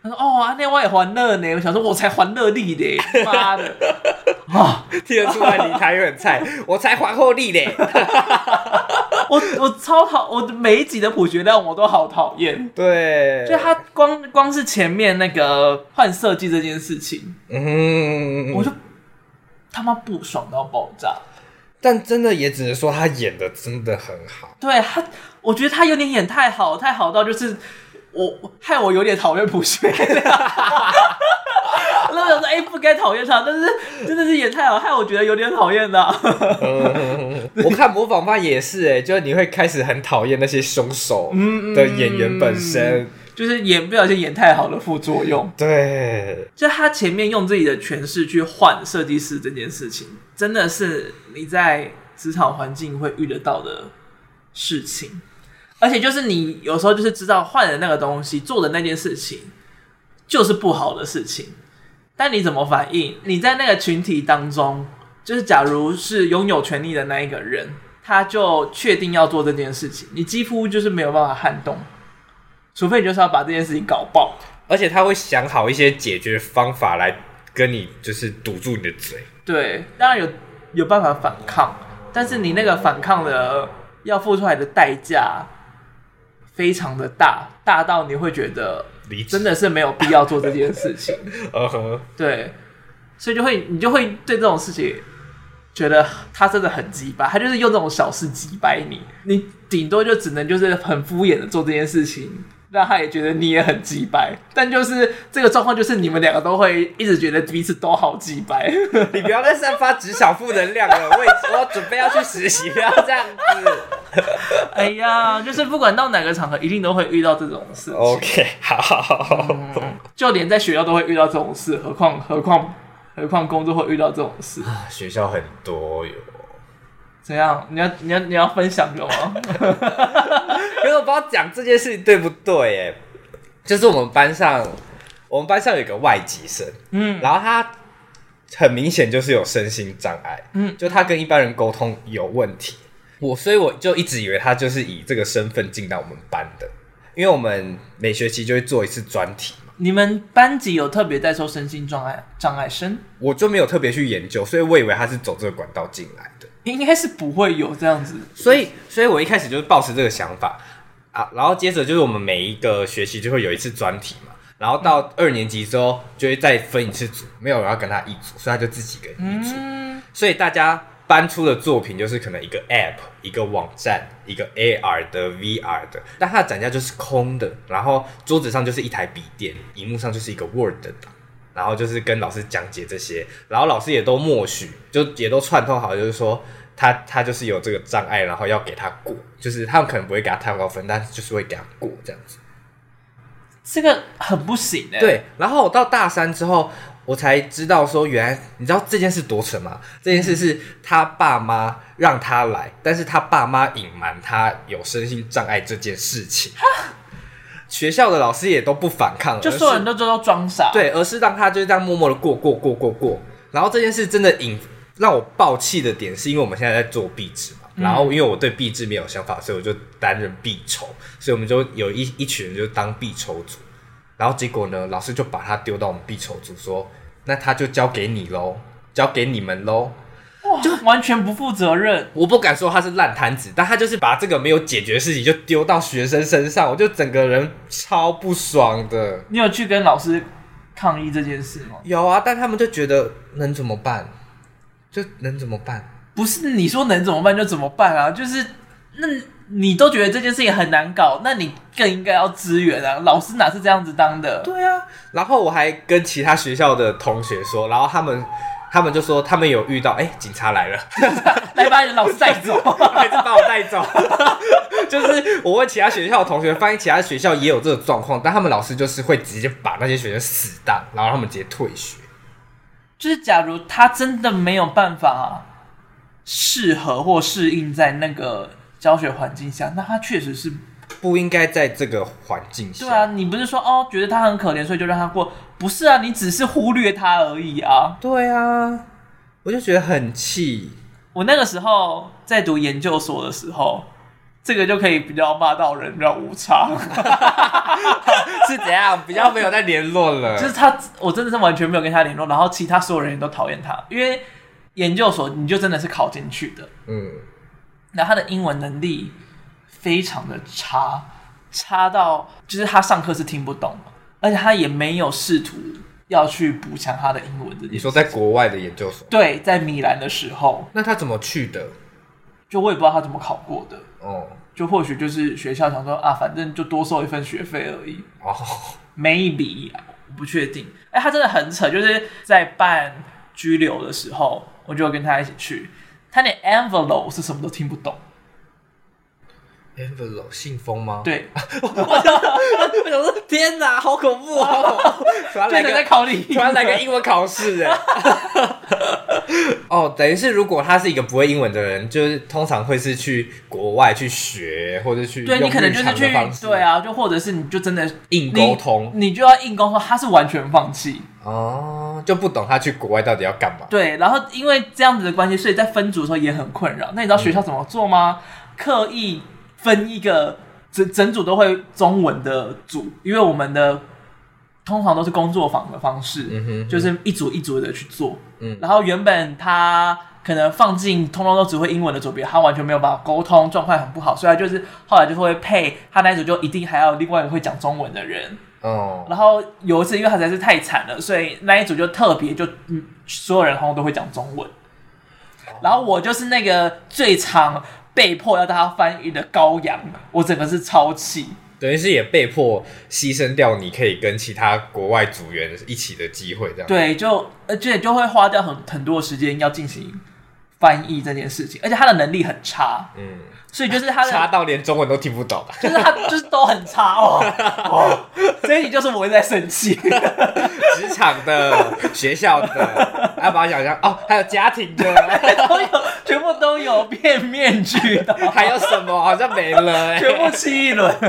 S1: 他说：“哦，啊，那我也欢乐呢。”我想说，我才欢乐力嘞，妈的！啊、
S2: 听得出来你台语很 菜，我才还后力嘞。
S1: 我我超讨，我每一集的朴学亮我都好讨厌。
S2: 对，
S1: 就他光光是前面那个换设计这件事情，
S2: 嗯，
S1: 我就他妈不爽到爆炸。
S2: 但真的也只能说他演的真的很好。
S1: 对他，我觉得他有点演太好，太好到就是我害我有点讨厌朴学亮。 然后我想说，哎、不该讨厌他，但是真的是演太好，害我觉得有点讨厌的、
S2: 我看模仿犯也是、哎，就是你会开始很讨厌那些凶手的演员本身。
S1: 就是演不小心演太好的副作用。
S2: 对，
S1: 就他前面用自己的诠释去换设计师这件事情，真的是你在职场环境会遇得到的事情，而且就是你有时候就是知道换的那个东西做的那件事情就是不好的事情，但你怎么反应？你在那个群体当中，就是假如是拥有权利的那一个人，他就确定要做这件事情，你几乎就是没有办法撼动，除非你就是要把这件事情搞爆。
S2: 而且他会想好一些解决方法来跟你就是堵住你的嘴。
S1: 对，当然有有办法反抗，但是你那个反抗的要付出来的代价非常的大，大到你会觉得
S2: 理解
S1: 真的是没有必要做这件事情。
S2: 呃呵，
S1: 对，所以就会你就会对这种事情觉得他真的很鸡掰，他就是用这种小事击败你，你顶多就只能就是很敷衍的做这件事情。让他也觉得你也很鸡掰，但就是这个状况，就是你们两个都会一直觉得彼此都好鸡掰。
S2: 你不要再散发职场负能量了，我已我准备要去实习，不要这样子。
S1: 哎呀，就是不管到哪个场合，一定都会遇到这种事情
S2: OK，好，
S1: 就连在学校都会遇到这种事，何况何况何况工作会遇到这种事？
S2: 学校很多哟，
S1: 怎样？你要你要你要分享给我吗？
S2: 可是我不知道讲这件事情对不对哎，就是我们班上，我们班上有一个外籍生，
S1: 嗯
S2: 然后他很明显就是有身心障碍，
S1: 嗯
S2: 就他跟一般人沟通有问题。我所以我就一直以为他就是以这个身份进到我们班的，因为我们每学期就会做一次专题嘛，
S1: 你们班级有特别在收身心障碍障碍生？
S2: 我就没有特别去研究，所以我以为他是走这个管道进来的。
S1: 应该是不会有这样子。
S2: 所以，所以我一开始就是抱持这个想法啊，然后接着就是我们每一个学期就会有一次专题嘛，然后到二年级之后就会再分一次组，没有人要跟他一组，所以他就自己跟一组。
S1: 嗯，
S2: 所以大家搬出的作品就是可能一个 App、一个网站、一个 AR 的、VR 的，但它的展架就是空的，然后桌子上就是一台笔电，荧幕上就是一个 Word 的档。然后就是跟老师讲解这些，然后老师也都默许，就也都串通好，就是说他他就是有这个障碍，然后要给他过，就是他们可能不会给他太高分，但是就是会给他过这样子。
S1: 这个很不行哎、，
S2: 对，然后我到大三之后，我才知道说，原来你知道这件事多扯吗？这件事是他爸妈让他来，但是他爸妈隐瞒他有身心障碍这件事情。学校的老师也都不反抗，
S1: 就
S2: 而
S1: 所有
S2: 是
S1: 人都知道装傻。，
S2: 对，而是让他就是这样默默的过过过过过。然后这件事真的引让我爆气的点，是因为我们现在在做壁纸嘛。然后因为我对壁纸没有想法，所以我就担任壁筹，所以我们就有一一群人就当壁筹组。然后结果呢，老师就把他丢到我们壁筹组，说：“那他就交给你喽，交给你们喽。”
S1: 哇，就完全不负责任。
S2: 我不敢说他是烂摊子，但他就是把这个没有解决的事情就丢到学生身上，我就整个人超不爽的。
S1: 你有去跟老师抗议这件事吗？
S2: 有啊，但他们就觉得能怎么办？就能怎么办？
S1: 不是你说能怎么办就怎么办啊，就是那你都觉得这件事情很难搞，那你更应该要支援啊。老师哪是这样子当的？
S2: 对啊，然后我还跟其他学校的同学说，然后他们他们就说他们有遇到，哎，警察来了，
S1: 来把你的老师带走。
S2: 还是把我带走。 就是我问其他学校的同学，发现其他学校也有这种状况，但他们老师就是会直接把那些学生死当，然后他们直接退学。
S1: 就是假如他真的没有办法啊适合或适应在那个教学环境下，那他确实是
S2: 不应该在这个环境下。
S1: 对啊。你不是说哦，觉得他很可怜，所以就让他过？不是啊，你只是忽略他而已啊。
S2: 对啊，我就觉得很气。
S1: 我那个时候在读研究所的时候，这个就可以比较骂到人，比较无差。
S2: 是怎样？比较没有再联络了
S1: 就是他，我真的是完全没有跟他联络，然后其他所有人也都讨厌他，因为研究所你就真的是考进去的，
S2: 嗯，
S1: 然后他的英文能力非常的差，差到就是他上课是听不懂，而且他也没有试图要去补强他的英文这
S2: 你
S1: 件事。
S2: 说在国外的研究所，
S1: 对，在米兰的时候，
S2: 那他怎么去的？
S1: 就我也不知道他怎么考过的，
S2: 哦
S1: 就或许就是学校想说啊，反正就多收一份学费而已，
S2: 哦，
S1: maybe 我不确定。哎、他真的很扯，就是在办拘留的时候，我就跟他一起去，他连 envelope 是什么都听不懂。
S2: envelope 信封吗？，
S1: 对，我想说，
S2: 天哪，好恐怖 哦！突然
S1: 这
S2: 来
S1: 个在
S2: 个，
S1: 考你，
S2: 突然来个英文考试哎。 哦，等于是如果他是一个不会英文的人，就是通常会是去国外去学，或者去
S1: 对
S2: 用
S1: 你可能就是
S2: 日常的方
S1: 去，
S2: 式
S1: 对，啊，就或者是你就真的
S2: 硬沟通
S1: 你，你就要硬沟通，他是完全放弃。
S2: 哦，就不懂他去国外到底要干嘛。
S1: 对，然后因为这样子的关系，所以在分组的时候也很困扰。那
S2: 嗯
S1: 你知道学校怎么做吗？刻意分一个整整组都会中文的组，因为我们的通常都是工作坊的方式，
S2: 嗯哼
S1: 就是一组一组的去做。
S2: 嗯
S1: 然后原本他可能放进通通都只会英文的组别，他完全没有办法沟通，状况很不好，所以他就是后来就会配他那一组就一定还要有另外一个会讲中文的人。
S2: 哦，
S1: 然后有一次，因为他实在是太惨了，所以那一组就特别就嗯，所有人好像都会讲中文，然后我就是那个最常被迫要大家翻译的羔羊，我整个是超气。
S2: 等于是也被迫牺牲掉你可以跟其他国外组员一起的机会，这样。
S1: 对，就而且就会花掉很很多时间要进行翻译这件事情，而且他的能力很差，
S2: 嗯，
S1: 所以就是他
S2: 差
S1: 的。
S2: 到连中文都听不懂。啊
S1: 就是他，就是都很差哦，哦所以你就是我会在生气。
S2: 职场 的、学校的，要把它想象哦，还有家庭的，
S1: 都有，全部都有面面俱到，
S2: 还有什么好像没了、欸。
S1: 全部七一轮。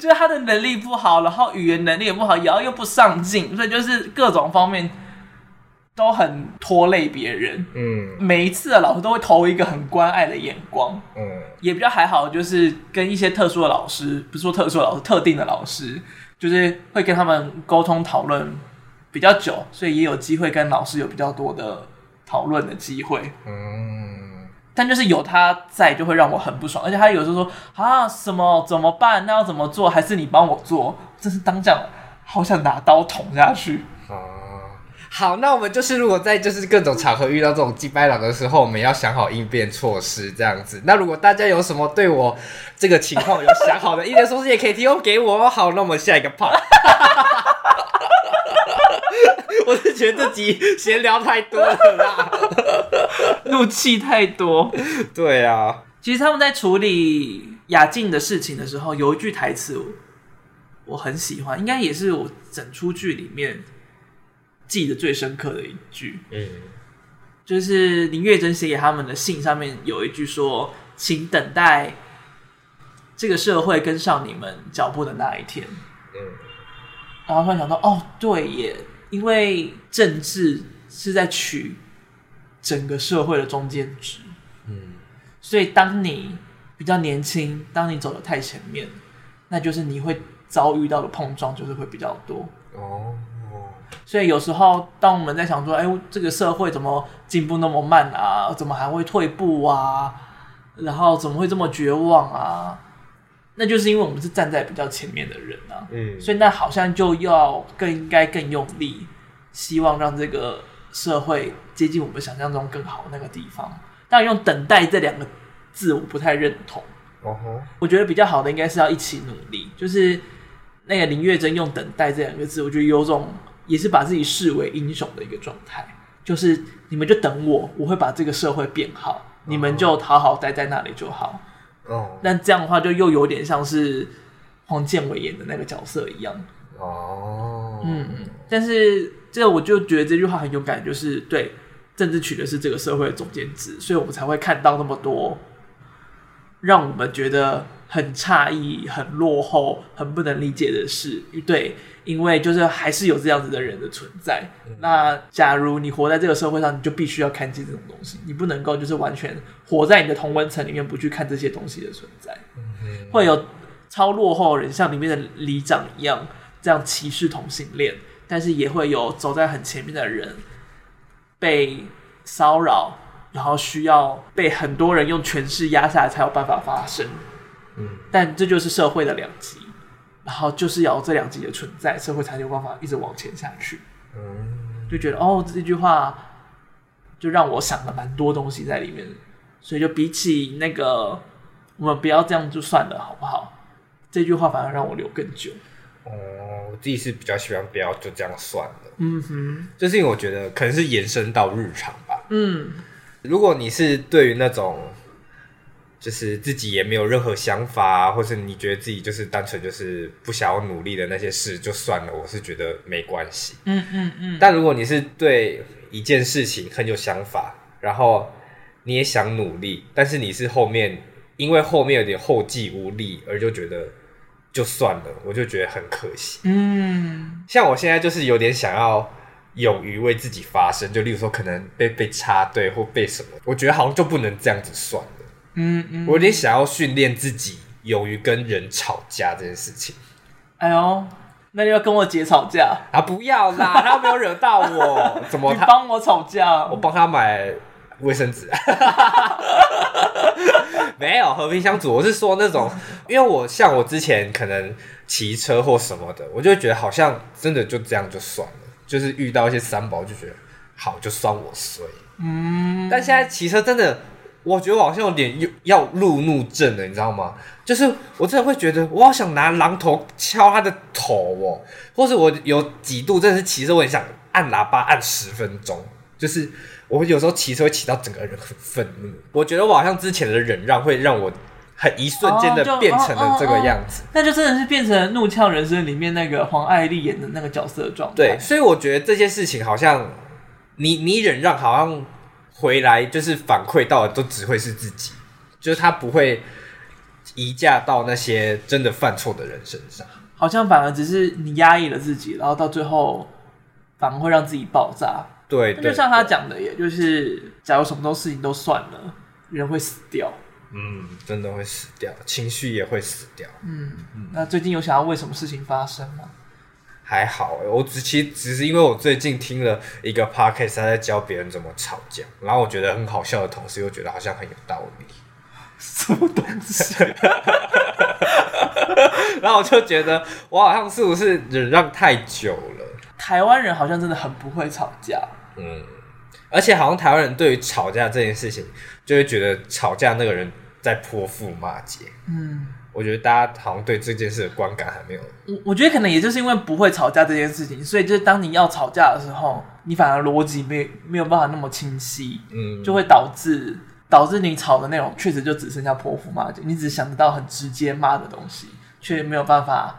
S1: 就是他的能力不好，然后语言能力也不好，然后又不上进，所以就是各种方面都很拖累别人。
S2: 嗯
S1: 每一次的老师都会投一个很关爱的眼光，
S2: 嗯，
S1: 也比较还好，就是跟一些特殊的老师，不是说特殊的老师，特定的老师，就是会跟他们沟通讨论比较久，所以也有机会跟老师有比较多的讨论的机会。
S2: 嗯，
S1: 但就是有他在，就会让我很不爽。而且他有时候说啊，什么怎么办？那要怎么做？还是你帮我做？真是当讲，好想拿刀捅下去。
S2: 哦，好，那我们就是如果在就是各种场合遇到这种鸡掰狼的时候，我们要想好应变措施这样子。那如果大家有什么对我这个情况有想好的意见措施，也可以提供给我哦。好，那我们下一个 part。我是觉得这集闲聊太多了 啦。
S1: 怒气太多。
S2: 对啊，
S1: 其实他们在处理雅静的事情的时候，有一句台词我我很喜欢，应该也是我整出剧里面记得最深刻的一句，
S2: 嗯。
S1: 就是林月珍写给他们的信上面有一句说：“请等待这个社会跟上你们脚步的那一天。”
S2: 嗯
S1: 然后突然想到，哦，对耶，因为政治是在取整个社会的中间值，
S2: 嗯，
S1: 所以当你比较年轻，当你走的太前面，那就是你会遭遇到的碰撞就是会比较多。
S2: 哦，
S1: 所以有时候，当我们在想说，哎，这个社会怎么进步那么慢啊？怎么还会退步啊？然后怎么会这么绝望啊？那就是因为我们是站在比较前面的人啊。
S2: 嗯
S1: 所以那好像就要更应该更用力，希望让这个社会接近我们想象中更好的那个地方。但用“等待”这两个字，我不太认同。
S2: 哦吼，
S1: 我觉得比较好的应该是要一起努力，就是那个林月珍用“等待”这两个字，我觉得有种也是把自己视为英雄的一个状态，就是你们就等我，我会把这个社会变好，你们就好好待在那里就好。
S2: 哦
S1: 但这样的话，就又有点像是黄建伟演的那个角色一样。
S2: 哦，
S1: 嗯，但是这我就觉得这句话很有感，就是对政治取的是这个社会的中间值，所以我们才会看到那么多让我们觉得很诧异、很落后、很不能理解的事。对，因为就是还是有这样子的人的存在。那假如你活在这个社会上，你就必须要看见这种东西，你不能够就是完全活在你的同温层里面，不去看这些东西的存在。
S2: 嗯
S1: 会有超落后的人，像里面的里长一样，这样歧视同性恋，但是也会有走在很前面的人被骚扰，然后需要被很多人用权势压下来才有办法发生。
S2: 嗯，
S1: 但这就是社会的两极，然后就是要有这两极的存在，社会才有办法一直往前下去。
S2: 嗯，
S1: 就觉得哦，这句话就让我想了蛮多东西在里面，所以就比起那个我们不要这样就算了，好不好？这句话反而让我留更久。
S2: 哦，我自己是比较喜欢不要就这样算了，
S1: 嗯哼，
S2: 就是因为我觉得可能是延伸到日常吧。
S1: 嗯，
S2: 如果你是对于那种就是自己也没有任何想法、啊，或是你觉得自己就是单纯就是不想要努力的那些事，就算了，我是觉得没关系。
S1: 嗯嗯嗯，
S2: 但如果你是对一件事情很有想法，然后你也想努力，但是你是后面因为后面有点后继无力，而就觉得就算了，我就觉得很可惜。
S1: 嗯
S2: 像我现在就是有点想要勇于为自己发声，就例如说可能被被插队或被什么，我觉得好像就不能这样子算了。
S1: 嗯嗯，
S2: 我有点想要训练自己勇于跟人吵架这件事情
S1: 哎呦，那你要跟我姐吵架，
S2: 啊！不要啦，他没有惹到我， 怎么
S1: 你
S2: 他
S1: 帮我吵架
S2: 我，帮他买卫生纸？没有和平相处，我是说那种，因为我像我之前可能骑车或什么的，我就会觉得好像真的就这样就算了，就是遇到一些三宝就觉得好就算我衰。
S1: 嗯
S2: 但现在骑车真的，我觉得我好像有点又要路怒症了，你知道吗？就是我真的会觉得，我好想拿榔头敲他的头哦，或者我有几度真的是骑车，我很想按喇叭按十分钟，就是我有时候骑车会骑到整个人很愤怒。我觉得我好像之前的忍让会让我很一瞬间的
S1: 哦就
S2: 变成了这个样子。
S1: 那就真的是变成《怒呛人生》里面那个黄爱丽演的那个角色的状态。
S2: 对，，所以我觉得这件事情好像你你忍让，好像回来就是反馈到的都只会是自己，就是他不会移嫁到那些真的犯错的人身上。
S1: 好像反而只是你压抑了自己，然后到最后反而会让自己爆炸。
S2: 对，
S1: 那
S2: 对
S1: 就像他，讲的耶，就是假如什么都事情都算了，人会死掉。
S2: 嗯，真的会死掉，情绪也会死掉。
S1: 那最近有想要为什么事情发生吗？
S2: 还好欸、我只其实只是因为我最近听了一个 podcast，他在教别人怎么吵架，然后我觉得很好笑的同时，又觉得好像很有道理。
S1: 什么东西？
S2: 然后我就觉得我好像是不是忍让太久了？
S1: 台湾人好像真的很不会吵架。
S2: 嗯，而且好像台湾人对于吵架这件事情，就会觉得吵架那个人在泼妇骂街。
S1: 嗯，
S2: 我觉得大家好像对这件事的观感还没有，
S1: 我我觉得可能也就是因为不会吵架这件事情，所以就是当你要吵架的时候，你反而逻辑没没有办法那么清晰，
S2: 嗯，
S1: 就会导致导致你吵的内容确实就只剩下泼妇骂街，你只想得到很直接骂的东西，却没有办法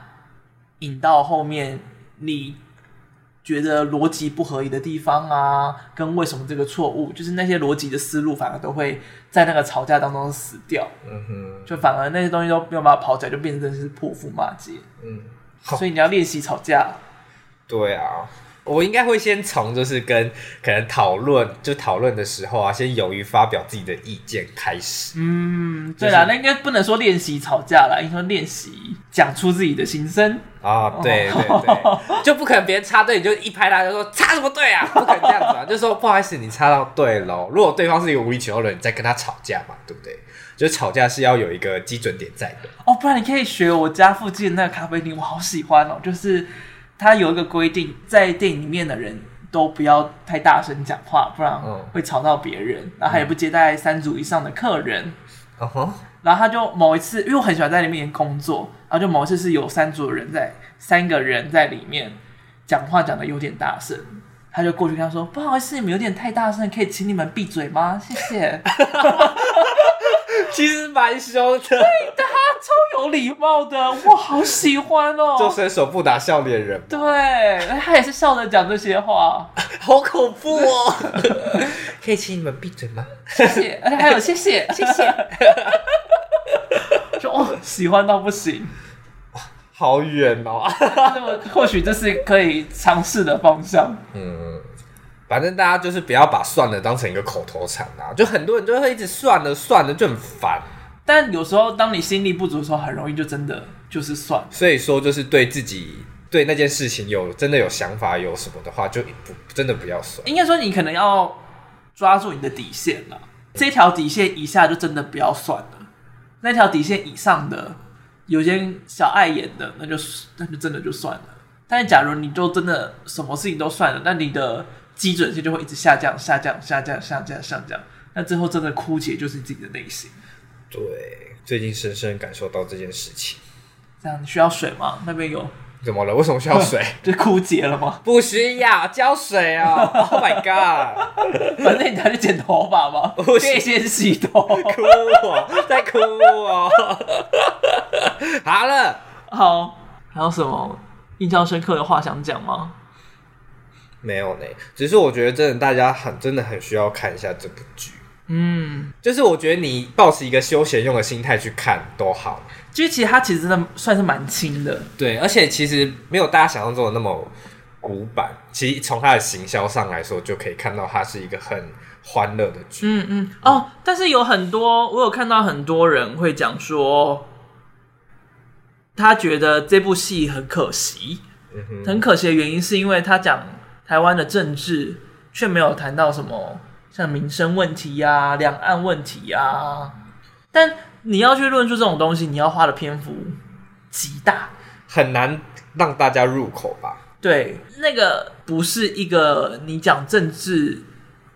S1: 引到后面你觉得逻辑不合理的地方啊，跟为什么这个错误，就是那些逻辑的思路反而都会在那个吵架当中死掉，
S2: 嗯哼，
S1: 就反而那些东西都没有办法跑起来，就变成是泼妇骂街。
S2: 嗯，
S1: 所以你要练习吵架，
S2: 对啊。我应该会先从就是跟可能讨论，就讨论的时候啊，先勇于发表自己的意见开始。
S1: 嗯，对
S2: 就
S1: 啦，
S2: 是
S1: 那应该不能说练习吵架啦，应该说练习讲出自己的心声。
S2: 啊，对对 对，就不可能别人插队你就一拍他就说插什么队啊， 不可能这样子啊，就说不好意思你插到队喽。如果对方是一个无理取闹的人，你再跟他吵架嘛，对不对？就是吵架是要有一个基准点在的。
S1: 哦，不然你可以学我家附近那个咖啡厅，我好喜欢哦。就是它有一个规定，在电影里面的人都不要太大声讲话，不然
S2: 嗯
S1: 会吵到别人。然后他也不接待三组以上的客人。
S2: 哦吼，
S1: 然后他就某一次，因为我很喜欢在里面工作，然后就某一次是有三组人在，三个人在里面讲话讲的有点大声，他就过去跟他说：“不好意思，你们有点太大声，可以请你们闭嘴吗？谢谢。”
S2: 其实蛮凶的，
S1: 超有礼貌的，我好喜欢哦。
S2: 就伸手不打笑脸人，
S1: 对，他也是笑着讲这些话，
S2: 好恐怖哦！ 可以请你们闭嘴吗？
S1: 谢 谢，而且还有谢谢，谢谢， 就哦，喜欢到不行。
S2: 好远哦。
S1: 那么或许这是可以尝试的方向。
S2: 嗯， 反正大家就是不要把算了当成一个口头禅啊，就很多人就会一直算了算了，就很烦。
S1: 但有时候当你心力不足的时候，很容易就真的就是算了。
S2: 所以说，就是对自己对那件事情有真的有想法有什么的话，就不真的不要算。
S1: 应该说你可能要抓住你的底线了，这条底线以下就真的不要算了，那条底线以上的有些小碍眼的，那就那就真的就算了。但是假如你就真的什么事情都算了，那你的基准线就会一直下降、下降、下降、下降、下降，那最后真的枯竭就是你自己的内心。
S2: 对，最近深深感受到这件事情。
S1: 这样你需要水吗？那边有
S2: 怎么了？为什么需要水？
S1: 就枯竭了吗？
S2: 不需要浇水 哦。Oh my god！
S1: 反正你还去剪头发吗？
S2: 不
S1: 可
S2: 行
S1: 以先洗头。
S2: 哭哦，在哭 哦。好了，
S1: 好，还有什么印象深刻的话想讲吗？
S2: 没有呢。只是我觉得真的，大家很真的很需要看一下这部剧。
S1: 嗯，
S2: 就是我觉得你保持一个休闲用的心态去看都好。
S1: 就是其实它其实真的算是蛮轻的，
S2: 对，而且其实没有大家想象中的那么古板。其实从它的行销上来说，就可以看到它是一个很欢乐的剧。
S1: 嗯嗯哦，但是有很多我有看到很多人会讲说，他觉得这部戏很可惜，
S2: 嗯哼，
S1: 很可惜的原因是因为他讲台湾的政治，却没有谈到什么像民生问题呀、两岸问题呀、但你要去论述这种东西，你要花的篇幅极大，
S2: 很难让大家入口吧？
S1: 对，那个不是一个你讲政治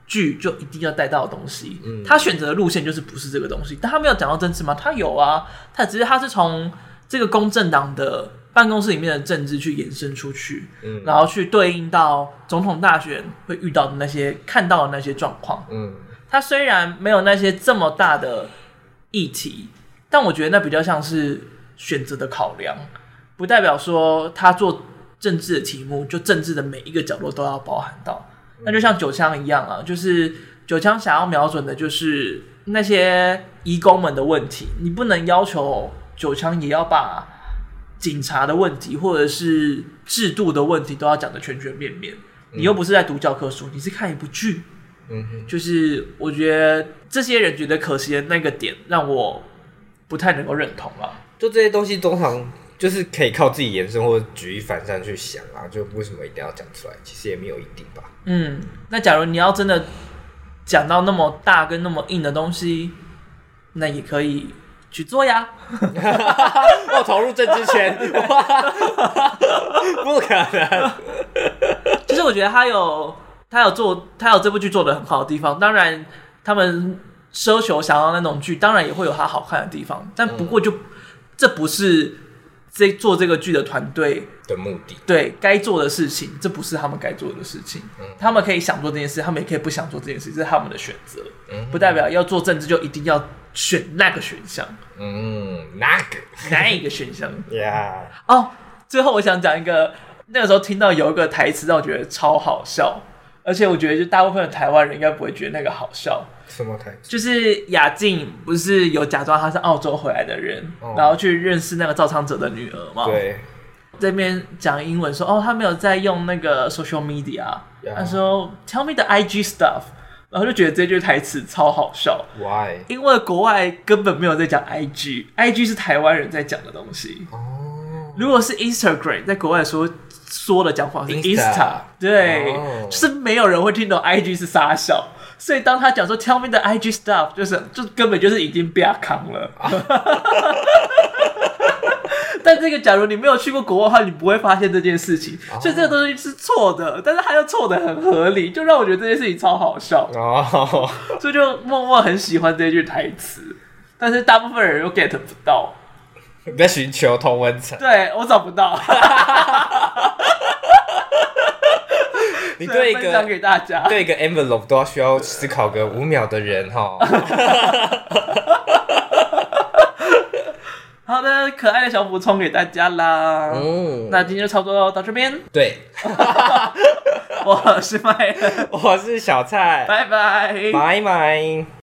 S1: 剧就一定要带到的东西。
S2: 嗯
S1: 他选择的路线就是不是这个东西，但他没有讲到政治吗？他有啊，他只是他是从这个公正党的办公室里面的政治去延伸出去，
S2: 嗯
S1: 然后去对应到总统大选会遇到的那些看到的那些状况。
S2: 嗯，
S1: 它虽然没有那些这么大的议题，但我觉得那比较像是选择的考量，不代表说他做政治的题目就政治的每一个角落都要包含到。那就像九枪一样啊，就是九枪想要瞄准的就是那些移工们的问题，你不能要求九枪也要把警察的问题或者是制度的问题都要讲得全全面面。你又不是在读教科书，你是看一部剧，
S2: 嗯哼，
S1: 就是我觉得这些人觉得可惜的那个点，让我不太能够认同了。
S2: 就这些东西通常就是可以靠自己延伸或者举一反三去想啊，就为什么一定要讲出来？其实也没有一定吧。
S1: 嗯，那假如你要真的讲到那么大跟那么硬的东西，那也可以去做 呀。
S2: 我投入政治圈， 不可能。
S1: 就是我觉得他有他有做他有这部剧做的很好的地方，当然他们奢求想要那种剧，当然也会有它好看的地方，但不过就、这不是这做这个剧的团队
S2: 的目的，
S1: 对该做的事情，这不是他们该做的事情。
S2: 嗯
S1: 他们可以想做这件事，他们也可以不想做这件事，这是他们的选择，
S2: 嗯
S1: 不代表要做政治就一定要选那个选 项，
S2: 嗯，那个
S1: 哪一个选项。
S2: 呀
S1: 哦，最后我想讲一个，那个时候听到有一个台词让我觉得超好笑，而且我觉得就大部分的台湾人应该不会觉得那个好笑。
S2: 什么台词？
S1: 就是雅静不是有假装她是澳洲回来的人，
S2: 哦
S1: 然后去认识那个赵昌哲的女儿嘛？
S2: 对，
S1: 这边讲英文说哦，他没有在用那个 social media，
S2: Yeah.
S1: 他说 tell me the IG stuff，然后就觉得这句台词超好笑，
S2: Why？
S1: 因为国外根本没有在讲 IG，IG 是台湾人在讲的东西。
S2: 哦，
S1: 如果是 Instagram，在国外说说的讲法是
S2: Insta
S1: Insta，对
S2: 哦
S1: 就是没有人会听懂 IG 是啥小，所以当他讲说 Tell me the IG stuff，就是就根本就是已经被他扛了。但这个，假如你没有去过国外的话，你不会发现这件事情，
S2: 哦
S1: 所以这个东西是错的，但是它又错的很合理，就让我觉得这件事情超好笑，
S2: 哦，
S1: 所以就默默很喜欢这句台词，但是大部分人又 get 不到，
S2: 你在寻求同温层，
S1: 对我找不 到，
S2: 你对一
S1: 啊分享
S2: 个
S1: 给大家，
S2: 对一个 envelope 都要需要思考个五秒的人 哈。
S1: 好的，可爱的小补充给大家啦，
S2: 嗯，
S1: 那今天就差不多到这边，
S2: 对，
S1: 我是麦恩，
S2: 我是小蔡，
S1: 拜拜，
S2: 拜拜。